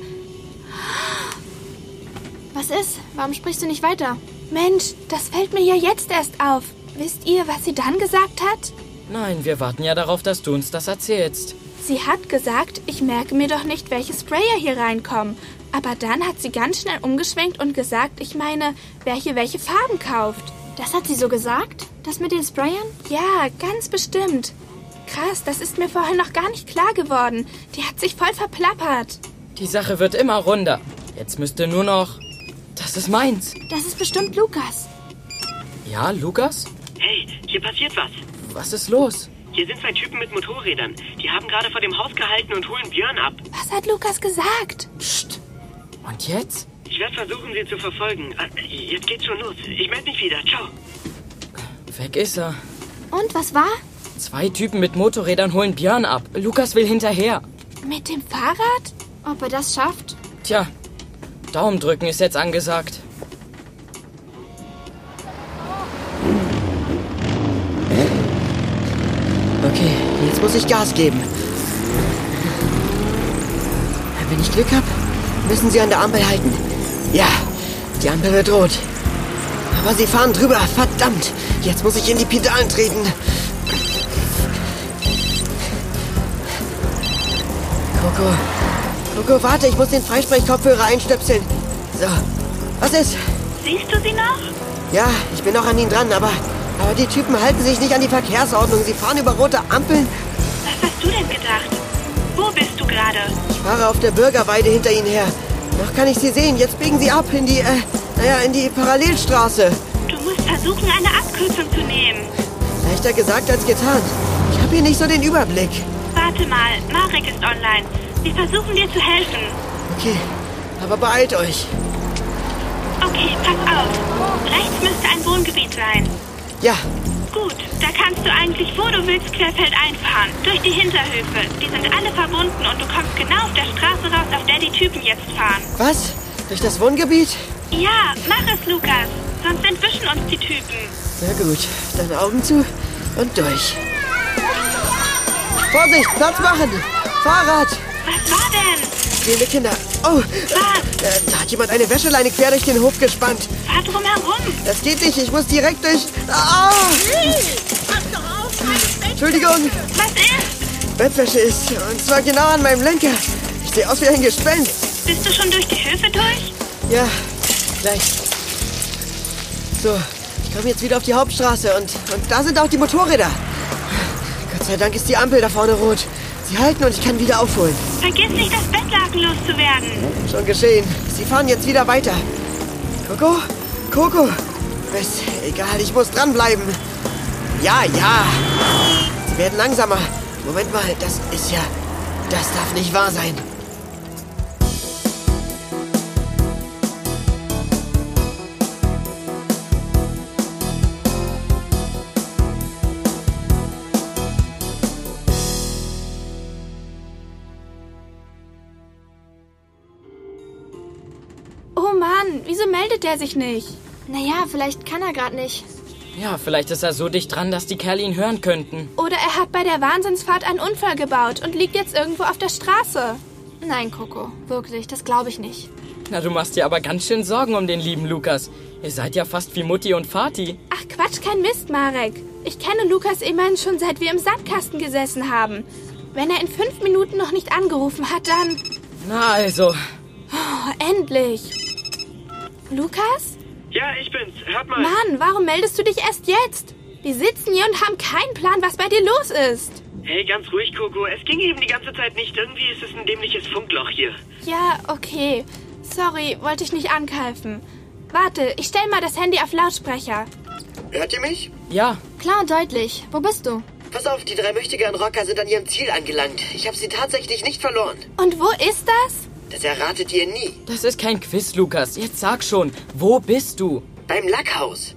Was ist? Warum sprichst du nicht weiter? Mensch, das fällt mir ja jetzt erst auf. Wisst ihr, was sie dann gesagt hat? Nein, wir warten ja darauf, dass du uns das erzählst. Sie hat gesagt, ich merke mir doch nicht, welche Sprayer hier reinkommen. Aber dann hat sie ganz schnell umgeschwenkt und gesagt, ich meine, wer hier welche Farben kauft. Das hat sie so gesagt? Das mit den Sprayern? Ja, ganz bestimmt. Krass, das ist mir vorher noch gar nicht klar geworden. Die hat sich voll verplappert. Die Sache wird immer runder. Jetzt müsste nur noch. Das ist meins. Das ist bestimmt Lukas. Ja, Lukas? Hey, hier passiert was. Was ist los? Hier sind zwei Typen mit Motorrädern. Die haben gerade vor dem Haus gehalten und holen Björn ab. Was hat Lukas gesagt? Psst. Und jetzt? Ich werde versuchen, sie zu verfolgen. Ah, Jetzt geht's schon los. Ich melde mich wieder. Ciao. Weg ist er. Und was war? Zwei Typen mit Motorrädern holen Björn ab. Lukas will hinterher. Mit dem Fahrrad? Ob er das schafft? Tja, Daumen drücken ist jetzt angesagt. Okay, jetzt muss ich Gas geben. Wenn ich Glück habe, müssen Sie an der Ampel halten. Ja, die Ampel wird rot. Aber Sie fahren drüber, verdammt. Jetzt muss ich in die Pedalen treten. Coco, Coco, warte, ich muss den Freisprechkopfhörer einstöpseln. So, was ist? Siehst du sie noch? Ja, ich bin noch an ihnen dran, aber, aber die Typen halten sich nicht an die Verkehrsordnung. Sie fahren über rote Ampeln. Was hast du denn gedacht? Wo bist du gerade? Ich fahre auf der Bürgerweide hinter ihnen her. Noch kann ich sie sehen. Jetzt biegen sie ab in die, äh, naja, in die Parallelstraße. Du musst versuchen, eine Abkürzung zu nehmen. Leichter gesagt als getan. Ich habe hier nicht so den Überblick. Warte mal, Marek ist online. Wir versuchen dir zu helfen. Okay, aber beeilt euch. Okay, pass auf. Rechts müsste ein Wohngebiet sein. Ja. Gut, da kannst kannst du eigentlich, wo du willst, querfeld einfahren. Durch die Hinterhöfe. Die sind alle verbunden und du kommst genau auf der Straße raus, auf der die Typen jetzt fahren. Was? Durch das Wohngebiet? Ja, mach es, Lukas. Sonst entwischen uns die Typen. Na gut, dann Augen zu und durch. Vorsicht, Platz machen! Fahrrad! Was war denn? Gehende Kinder. Oh! äh, Da hat jemand eine Wäscheleine quer durch den Hof gespannt. Fahr drum herum! Das geht nicht, ich muss direkt durch. Ah! Entschuldigung! Was ist? Bettwäsche ist. Und zwar genau an meinem Lenker. Ich sehe aus wie ein Gespenst. Bist du schon durch die Höfe durch? Ja, gleich. So, ich komme jetzt wieder auf die Hauptstraße und, und da sind auch die Motorräder. Gott sei Dank ist die Ampel da vorne rot. Sie halten und ich kann wieder aufholen. Vergiss nicht, das Bettlaken loszuwerden. Schon geschehen. Sie fahren jetzt wieder weiter. Coco? Coco? Mist, egal, ich muss dranbleiben. Ja, ja. Sie werden langsamer. Moment mal, das ist ja... Das darf nicht wahr sein. Oh Mann, wieso meldet der sich nicht? Naja, vielleicht kann er gerade nicht. Ja, vielleicht ist er so dicht dran, dass die Kerle ihn hören könnten. Oder er hat bei der Wahnsinnsfahrt einen Unfall gebaut und liegt jetzt irgendwo auf der Straße. Nein, Coco, wirklich, das glaube ich nicht. Na, du machst dir aber ganz schön Sorgen um den lieben Lukas. Ihr seid ja fast wie Mutti und Vati. Ach Quatsch, kein Mist, Marek. Ich kenne Lukas immerhin schon seit wir im Sandkasten gesessen haben. Wenn er in fünf Minuten noch nicht angerufen hat, dann... Na also. Oh, endlich. Lukas? Ja, ich bin's. Hört mal. Mann, warum meldest du dich erst jetzt? Wir sitzen hier und haben keinen Plan, was bei dir los ist. Hey, ganz ruhig, Coco. Es ging eben die ganze Zeit nicht. Irgendwie ist es ein dämliches Funkloch hier. Ja, okay. Sorry, wollte ich nicht ankeifen. Warte, ich stell mal das Handy auf Lautsprecher. Hört ihr mich? Ja. Klar und deutlich. Wo bist du? Pass auf, die drei mächtigen Rocker sind an ihrem Ziel angelangt. Ich habe sie tatsächlich nicht verloren. Und wo ist das? Das erratet ihr nie. Das ist kein Quiz, Lukas. Jetzt sag schon, wo bist du? Beim Lackhaus.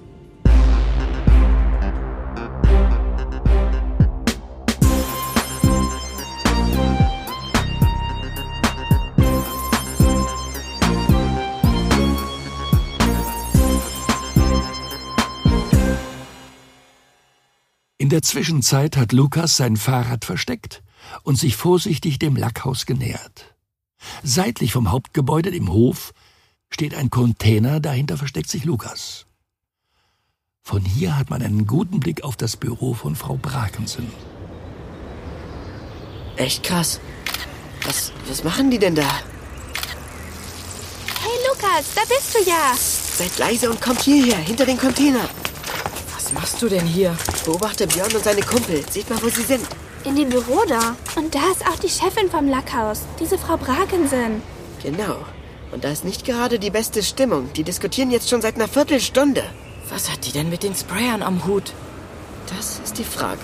In der Zwischenzeit hat Lukas sein Fahrrad versteckt und sich vorsichtig dem Lackhaus genähert. Seitlich vom Hauptgebäude, dem Hof, steht ein Container, dahinter versteckt sich Lukas. Von hier hat man einen guten Blick auf das Büro von Frau Brakensen. Echt krass. Was, was machen die denn da? Hey Lukas, da bist du ja. Seid leise und kommt hierher, hinter den Container. Was machst du denn hier? Beobachte Björn und seine Kumpel. Seht mal, wo sie sind. In dem Büro da. Und da ist auch die Chefin vom Lackhaus, diese Frau Brakensen. Genau. Und da ist nicht gerade die beste Stimmung. Die diskutieren jetzt schon seit einer Viertelstunde. Was hat die denn mit den Sprayern am Hut? Das ist die Frage.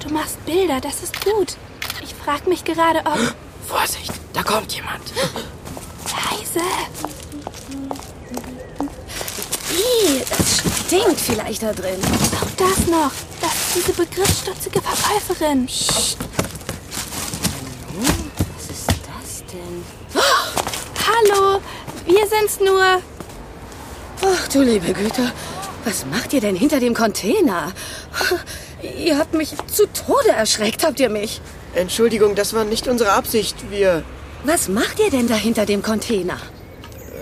Du machst Bilder, das ist gut. Ich frag mich gerade, ob... Vorsicht, da kommt jemand. Leise. Ih, es stinkt vielleicht da drin. Auch das noch. Das ist diese begriffsstutzige Verkäuferin. Was ist das denn? Oh, Hallo, wir sind's nur. Ach du liebe Güte, was macht ihr denn hinter dem Container? Ihr habt mich zu Tode erschreckt, habt ihr mich? Entschuldigung, das war nicht unsere Absicht. Wir. Was macht ihr denn da hinter dem Container?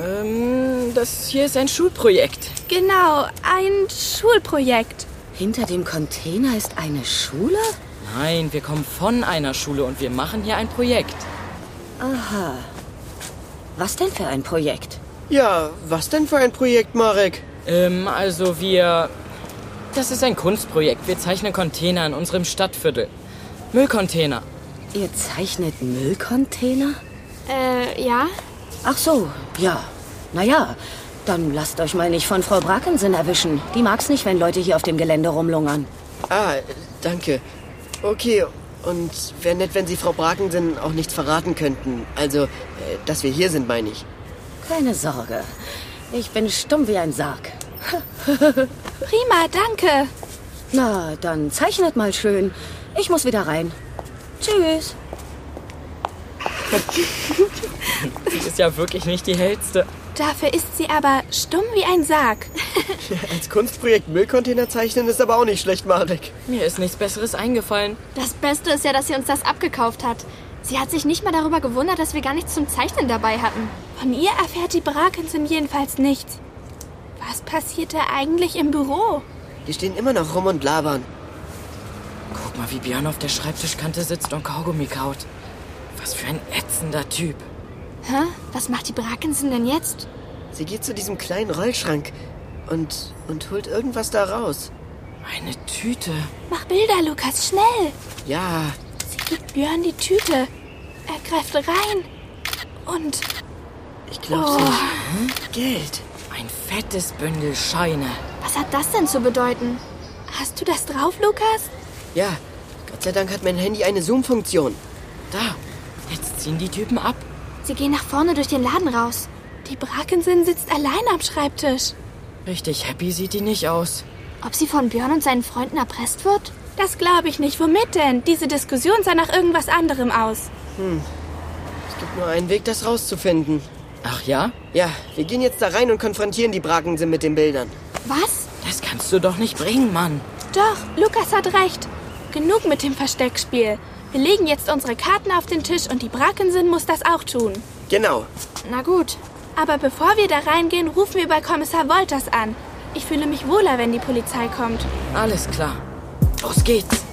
Ähm, das hier ist ein Schulprojekt. Genau, ein Schulprojekt. Hinter dem Container ist eine Schule? Nein, wir kommen von einer Schule und wir machen hier ein Projekt. Ah. Aha. Was denn für ein Projekt? Ja, was denn für ein Projekt, Marek? Ähm, also wir. Das ist ein Kunstprojekt. Wir zeichnen Container in unserem Stadtviertel. Müllcontainer. Ihr zeichnet Müllcontainer? Äh, ja? Ach so, ja. Naja, dann lasst euch mal nicht von Frau Brakensen erwischen. Die mag's nicht, wenn Leute hier auf dem Gelände rumlungern. Ah, danke. Okay, und wäre nett, wenn Sie Frau Brakensen auch nichts verraten könnten. Also, äh, dass wir hier sind, meine ich. Keine Sorge. Ich bin stumm wie ein Sarg. Prima, danke. Na, dann zeichnet mal schön. Ich muss wieder rein. Tschüss. Sie ist ja wirklich nicht die hellste. Dafür ist sie aber stumm wie ein Sarg. Als Kunstprojekt Müllcontainer zeichnen ist aber auch nicht schlecht, Marek. Mir ist nichts Besseres eingefallen. Das Beste ist ja, dass sie uns das abgekauft hat. Sie hat sich nicht mal darüber gewundert, dass wir gar nichts zum Zeichnen dabei hatten. Von ihr erfährt die Brakensin jedenfalls nichts. Was passierte eigentlich im Büro? Die stehen immer noch rum und labern. Guck mal, wie Björn auf der Schreibtischkante sitzt und Kaugummi kaut. Was für ein ätzender Typ. Hä? Was macht die Brakensen denn jetzt? Sie geht zu diesem kleinen Rollschrank und, und holt irgendwas da raus. Eine Tüte. Mach Bilder, Lukas, schnell! Ja, Sie gibt Björn die Tüte. Er greift rein. Und. Ich glaub's nicht. Geld. Oh. Hm? Ein fettes Bündel Scheine. Was hat das denn zu bedeuten? Hast du das drauf, Lukas? ja. Gott sei Dank hat mein Handy eine Zoom-Funktion. Da. Jetzt ziehen die Typen ab. Sie gehen nach vorne durch den Laden raus. Die Brakensin sitzt allein am Schreibtisch. Richtig happy sieht die nicht aus. Ob sie von Björn und seinen Freunden erpresst wird? Das glaube ich nicht. Womit denn? Diese Diskussion sah nach irgendwas anderem aus. Hm. Es gibt nur einen Weg, das rauszufinden. Ach ja? Ja, wir gehen jetzt da rein und konfrontieren die Brakensen mit den Bildern. Was? Das kannst du doch nicht bringen, Mann. Doch, Lukas hat recht. Genug mit dem Versteckspiel. Wir legen jetzt unsere Karten auf den Tisch und die Brakensin muss das auch tun. Genau. Na gut. Aber bevor wir da reingehen, rufen wir bei Kommissar Wolters an. Ich fühle mich wohler, wenn die Polizei kommt. Alles klar. Los geht's.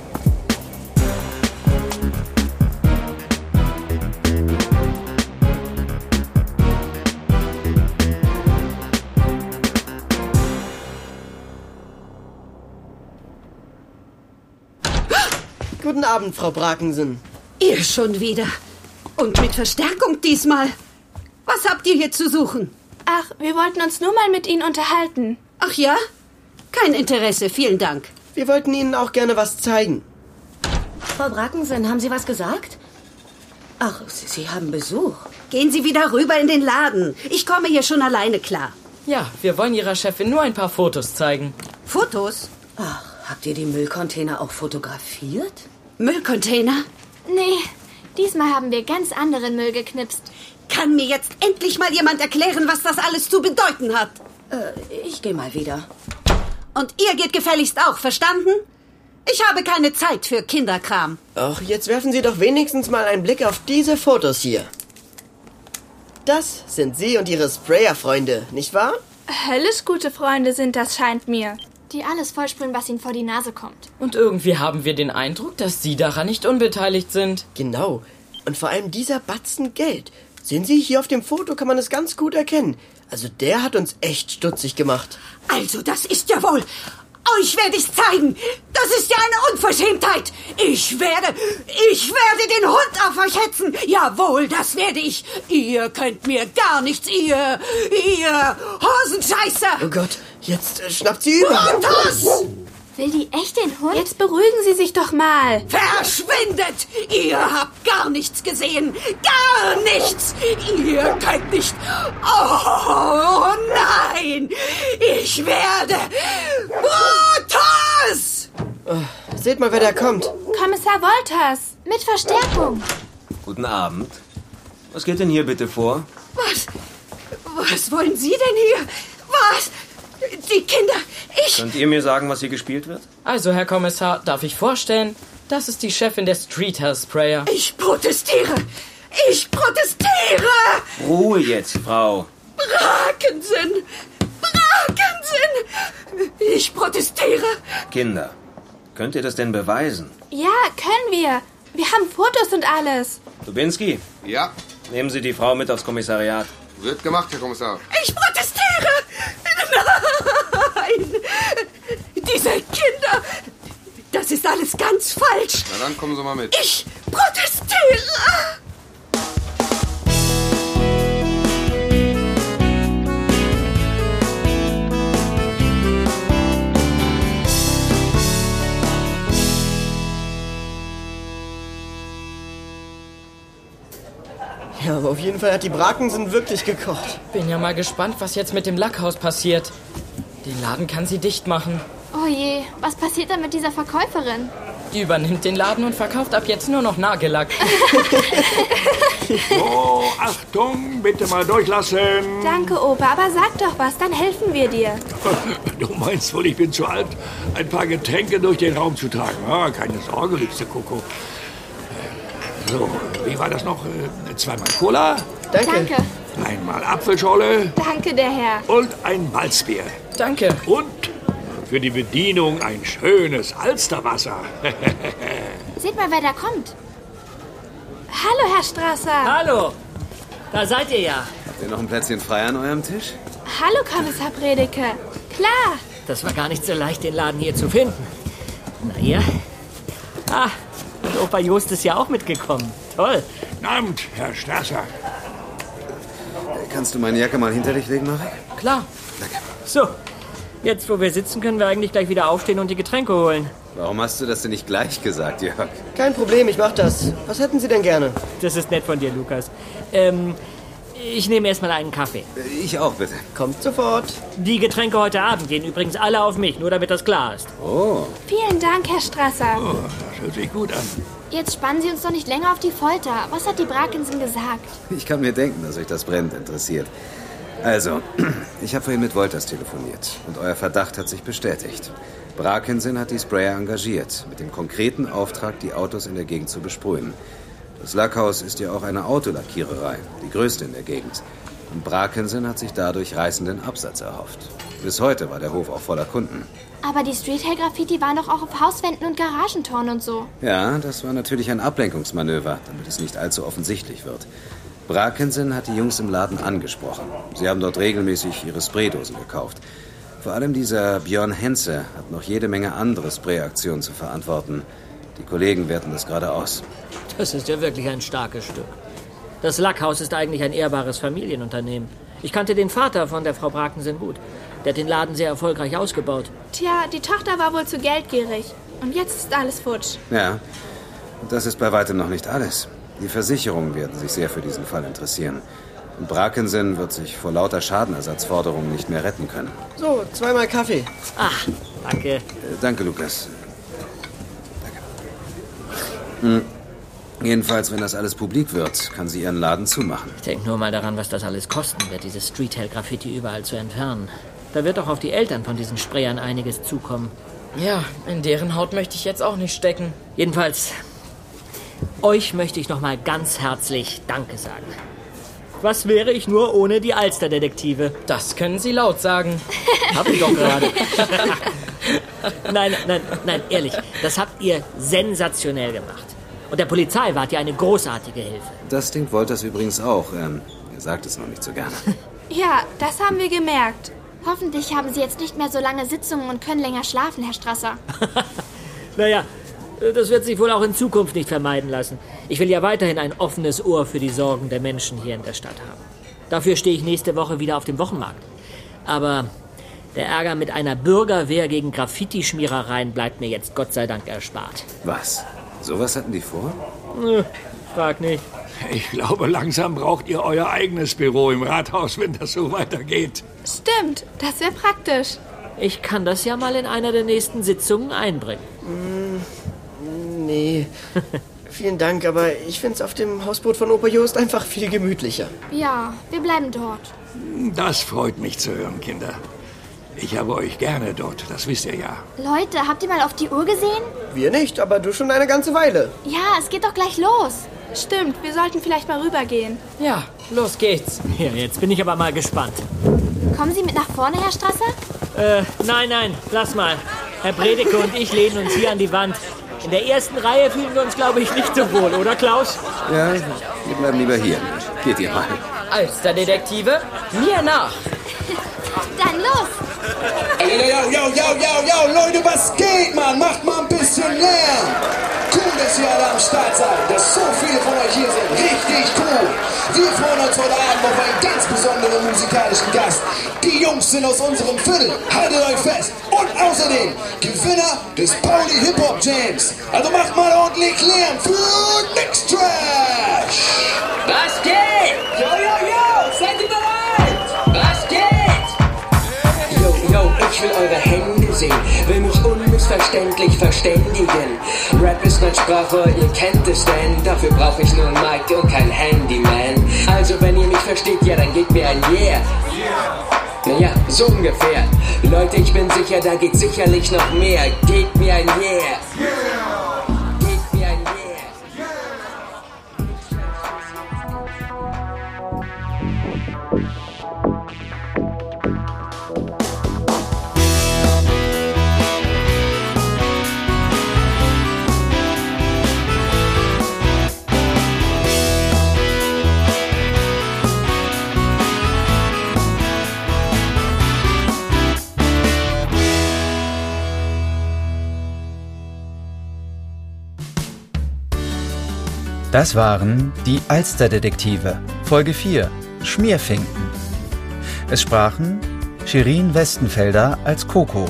Guten Abend, Frau Brakensen. Ihr schon wieder. Und mit Verstärkung diesmal. Was habt ihr hier zu suchen? Ach, wir wollten uns nur mal mit Ihnen unterhalten. Ach ja? Kein Interesse, vielen Dank. Wir wollten Ihnen auch gerne was zeigen. Frau Brackensen, haben Sie was gesagt? Ach, Sie, Sie haben Besuch. Gehen Sie wieder rüber in den Laden. Ich komme hier schon alleine klar. Ja, wir wollen ihrer Chefin nur ein paar Fotos zeigen. Fotos? Ach, habt ihr die Müllcontainer auch fotografiert? Müllcontainer? Nee, diesmal haben wir ganz anderen Müll geknipst. Kann mir jetzt endlich mal jemand erklären, was das alles zu bedeuten hat? Äh, ich gehe mal wieder. Und ihr geht gefälligst auch, verstanden? Ich habe keine Zeit für Kinderkram. Ach, jetzt werfen Sie doch wenigstens mal einen Blick auf diese Fotos hier. Das sind Sie und Ihre Sprayer-Freunde, nicht wahr? Höllisch gute Freunde sind das, scheint mir. Die alles vollsprühen, was ihnen vor die Nase kommt. Und irgendwie haben wir den Eindruck, dass sie daran nicht unbeteiligt sind. Genau. Und vor allem dieser Batzen Geld. Sehen Sie, hier auf dem Foto kann man es ganz gut erkennen. Also der hat uns echt stutzig gemacht. Also, das ist ja wohl. Euch werde ich zeigen. Das ist ja eine Unverschämtheit. Ich werde, ich werde den Hund auf euch hetzen. Jawohl, das werde ich. Ihr könnt mir gar nichts, ihr, ihr Hosenscheißer. Oh Gott, jetzt äh, schnappt sie über. Und das Will die echt den Hund? Jetzt beruhigen Sie sich doch mal. verschwindet. Ihr habt gar nichts gesehen. Gar nichts. Ihr könnt nicht. Oh nein. Ich werde Brutus. Seht mal, wer da kommt. Kommissar Wolters. Mit Verstärkung. Guten Abend. Was geht denn hier bitte vor? Was? Was wollen Sie denn hier? Was? Die Kinder. Ich. Könnt ihr mir sagen, was hier gespielt wird? Also, Herr Kommissar, darf ich vorstellen? Das ist die Chefin der Street Hell Sprayer. Ich protestiere. Ich protestiere. Ruhe jetzt, Frau. Brakensinn. Brakensinn. Ich protestiere. Kinder, könnt ihr das denn beweisen? Ja, können wir. Wir haben Fotos und alles. Dubinski, Ja, nehmen Sie die Frau mit aufs Kommissariat. wird gemacht, Herr Kommissar. Ich protestiere. Nein. Diese Kinder. Das ist alles ganz falsch. Na dann kommen Sie mal mit. Ich protestiere. Ja, aber auf jeden Fall hat die Brakensen wirklich gekocht. Bin ja mal gespannt, was jetzt mit dem Lackhaus passiert. Den Laden kann sie dicht machen. Oh je, was passiert dann mit dieser Verkäuferin? Die übernimmt den Laden und verkauft ab jetzt nur noch Nagellack. So, Achtung, bitte mal durchlassen. Danke, Opa, aber sag doch was, dann helfen wir dir. Du meinst wohl, ich bin zu alt, ein paar Getränke durch den Raum zu tragen. Ah, keine Sorge, liebste Coco. So, wie war das noch? Äh, Zweimal Cola, Danke. einmal Apfelschorle Danke, der Herr. und ein Malzbier. Danke. Und für die Bedienung ein schönes Alsterwasser. Seht mal, wer da kommt. Hallo, Herr Strasser. Hallo. Da seid ihr ja. Habt ihr noch ein Plätzchen frei an eurem Tisch? Hallo, Kommissar Bredeke. Klar. Das war gar nicht so leicht, den Laden hier zu finden. Na ja. Ah, und Opa Jost ist ja auch mitgekommen. Toll. Abend, Herr Strasser. Kannst du meine Jacke mal hinter dich legen, Marek? Klar. So, jetzt wo wir sitzen, können wir eigentlich gleich wieder aufstehen und die Getränke holen. Warum hast du das denn nicht gleich gesagt, Jörg? Kein Problem, ich mach das. Was hätten Sie denn gerne? Das ist nett von dir, Lukas. Ähm, ich nehme erstmal einen Kaffee. Äh, Ich auch, bitte. Kommt sofort. Die Getränke heute Abend gehen übrigens alle auf mich, nur damit das klar ist. Oh. Vielen Dank, Herr Strasser. Oh, Oh. Das hört sich gut an. Jetzt spannen Sie uns doch nicht länger auf die Folter. Was hat die Brakinsen gesagt? Ich kann mir denken, dass euch das brennend interessiert. Also, ich habe vorhin mit Wolters telefoniert und euer Verdacht hat sich bestätigt. Brakensen hat die Sprayer engagiert, mit dem konkreten Auftrag, die Autos in der Gegend zu besprühen. Das Lackhaus ist ja auch eine Autolackiererei, die größte in der Gegend. Und Brakensen hat sich dadurch reißenden Absatz erhofft. Bis heute war der Hof auch voller Kunden. Aber die Street Hell Graffiti waren doch auch auf Hauswänden und Garagentoren und so. Ja, das war natürlich ein Ablenkungsmanöver, damit es nicht allzu offensichtlich wird. Brakensen hat die Jungs im Laden angesprochen. Sie haben dort regelmäßig ihre Spraydosen gekauft. Vor allem dieser Björn Henze hat noch jede Menge andere Sprayaktionen zu verantworten. Die Kollegen werten das gerade aus. Das ist ja wirklich ein starkes Stück. Das Lackhaus ist eigentlich ein ehrbares Familienunternehmen. Ich kannte den Vater von der Frau Brakensen gut. Der hat den Laden sehr erfolgreich ausgebaut. Tja, die Tochter war wohl zu geldgierig. Und jetzt ist alles futsch. Ja, und das ist bei weitem noch nicht alles. Die Versicherungen werden sich sehr für diesen Fall interessieren. Und Brakensen wird sich vor lauter Schadenersatzforderungen nicht mehr retten können. So, zweimal Kaffee. Ach, danke. Äh, Danke, Lukas. Danke. Hm. Jedenfalls, wenn das alles publik wird, kann sie ihren Laden zumachen. Denk nur mal daran, was das alles kosten wird, dieses Street-Hell-Graffiti überall zu entfernen. Da wird auch auf die Eltern von diesen Sprayern einiges zukommen. Ja, in deren Haut möchte ich jetzt auch nicht stecken. Jedenfalls, euch möchte ich nochmal ganz herzlich Danke sagen. Was wäre ich nur ohne die Alsterdetektive? Das können Sie laut sagen. Hab ich doch gerade. nein, nein, nein, ehrlich, das habt ihr sensationell gemacht. Und der Polizei wart ihr eine großartige Hilfe. Das Ding wollte das übrigens auch. Ähm, er sagt es noch nicht so gerne. Ja, das haben wir gemerkt. Hoffentlich haben Sie jetzt nicht mehr so lange Sitzungen und können länger schlafen, Herr Strasser. Naja, das wird sich wohl auch in Zukunft nicht vermeiden lassen. Ich will ja weiterhin ein offenes Ohr für die Sorgen der Menschen hier in der Stadt haben. Dafür stehe ich nächste Woche wieder auf dem Wochenmarkt. Aber der Ärger mit einer Bürgerwehr gegen Graffiti-Schmierereien bleibt mir jetzt Gott sei Dank erspart. Was? Sowas hatten die vor? Nö, Äh, Frag nicht. Ich glaube, langsam braucht ihr euer eigenes Büro im Rathaus, wenn das so weitergeht. Stimmt, das wäre praktisch. Ich kann das ja mal in einer der nächsten Sitzungen einbringen. Nee. Vielen Dank, aber ich find's auf dem Hausboot von Opa Jost einfach viel gemütlicher. Ja, wir bleiben dort. Das freut mich zu hören, Kinder. Ich habe euch gerne dort, das wisst ihr ja. Leute, habt ihr mal auf die Uhr gesehen? Wir nicht, aber du schon eine ganze Weile. Ja, es geht doch gleich los. Stimmt, wir sollten vielleicht mal rübergehen. Ja, los geht's. Ja, jetzt bin ich aber mal gespannt. Kommen Sie mit nach vorne, Herr Strasser? Äh, nein, nein, lass mal. Herr Bredeke und ich lehnen uns hier an die Wand. In der ersten Reihe fühlen wir uns, glaube ich, nicht so wohl, oder Klaus? Ja, wir bleiben lieber hier. Geht ihr mal. Alsterdetektive, mir nach. Dann los! Ey, yo, yo, yo, yo, yo, Leute, was geht, Mann? Macht mal ein bisschen Lärm. Cool, dass ihr alle am Start seid, dass so viele von euch hier sind. Richtig cool. Wir freuen uns heute Abend auf einen ganz besonderen musikalischen Gast. Die Jungs sind aus unserem Viertel. Haltet euch fest. Und außerdem Gewinner des Pauli Hip Hop Jams. Also macht mal ordentlich Lärm für Nix Trash. Was geht? Yo, yo, yo, seid ihr bereit? Was geht? Yo, yo, ich will eure Hände sehen, will mich unmissverständlich verständigen. Rap ist meine Sprache, ihr kennt es denn, dafür brauche ich nur ein Mic und kein Handyman. Also wenn ihr mich versteht, ja, dann gebt mir ein Yeah. Naja, so ungefähr. Leute, ich bin sicher, da geht sicherlich noch mehr. Gebt mir ein Yeah. Gebt mir ein Yeah. Das waren die Alsterdetektive, Folge 4, Schmierfinken. Es sprachen Shirin Westenfelder als Coco,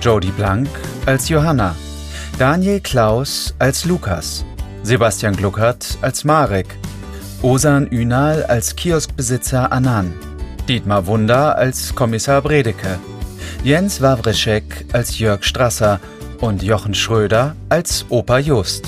Jodie Blank als Johanna, Daniel Klaus als Lukas, Sebastian Gluckert als Marek, Osan Ünal als Kioskbesitzer Anan, Dietmar Wunder als Kommissar Bredeke, Jens Wawreschek als Jörg Strasser und Jochen Schröder als Opa Just.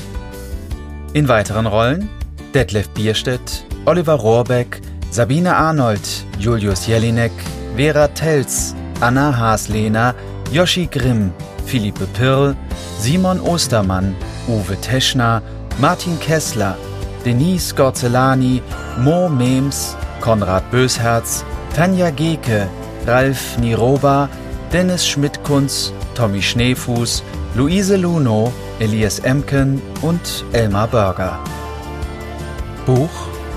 In weiteren Rollen Detlef Bierstedt, Oliver Rohrbeck, Sabine Arnold, Julius Jelinek, Vera Telz, Anna Haaslehner, Joschi Grimm, Philippe Pirl, Simon Ostermann, Uwe Teschner, Martin Kessler, Denise Gorzelani, Mo Mems, Konrad Bösherz, Tanja Geke, Ralf Niroba, Dennis Schmidtkunz, Tommy Schneefuß, Luise Luno, Elias Emken und Elmar Börger. Buch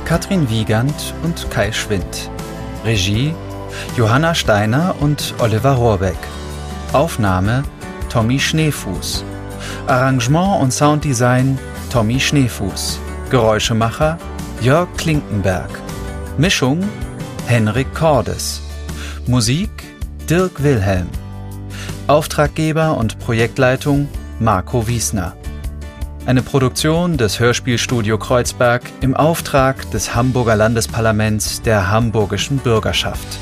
Katrin Wiegand und Kai Schwind. Regie Johanna Steiner und Oliver Rohrbeck. Aufnahme Tommy Schneefuß. Arrangement und Sounddesign Tommy Schneefuß. Geräuschemacher Jörg Klinkenberg. Mischung Henrik Cordes. Musik Dirk Wilhelm. Auftraggeber und Projektleitung Marco Wiesner. Eine Produktion des Hörspielstudio Kreuzberg im Auftrag des Hamburger Landesparlaments der hamburgischen Bürgerschaft.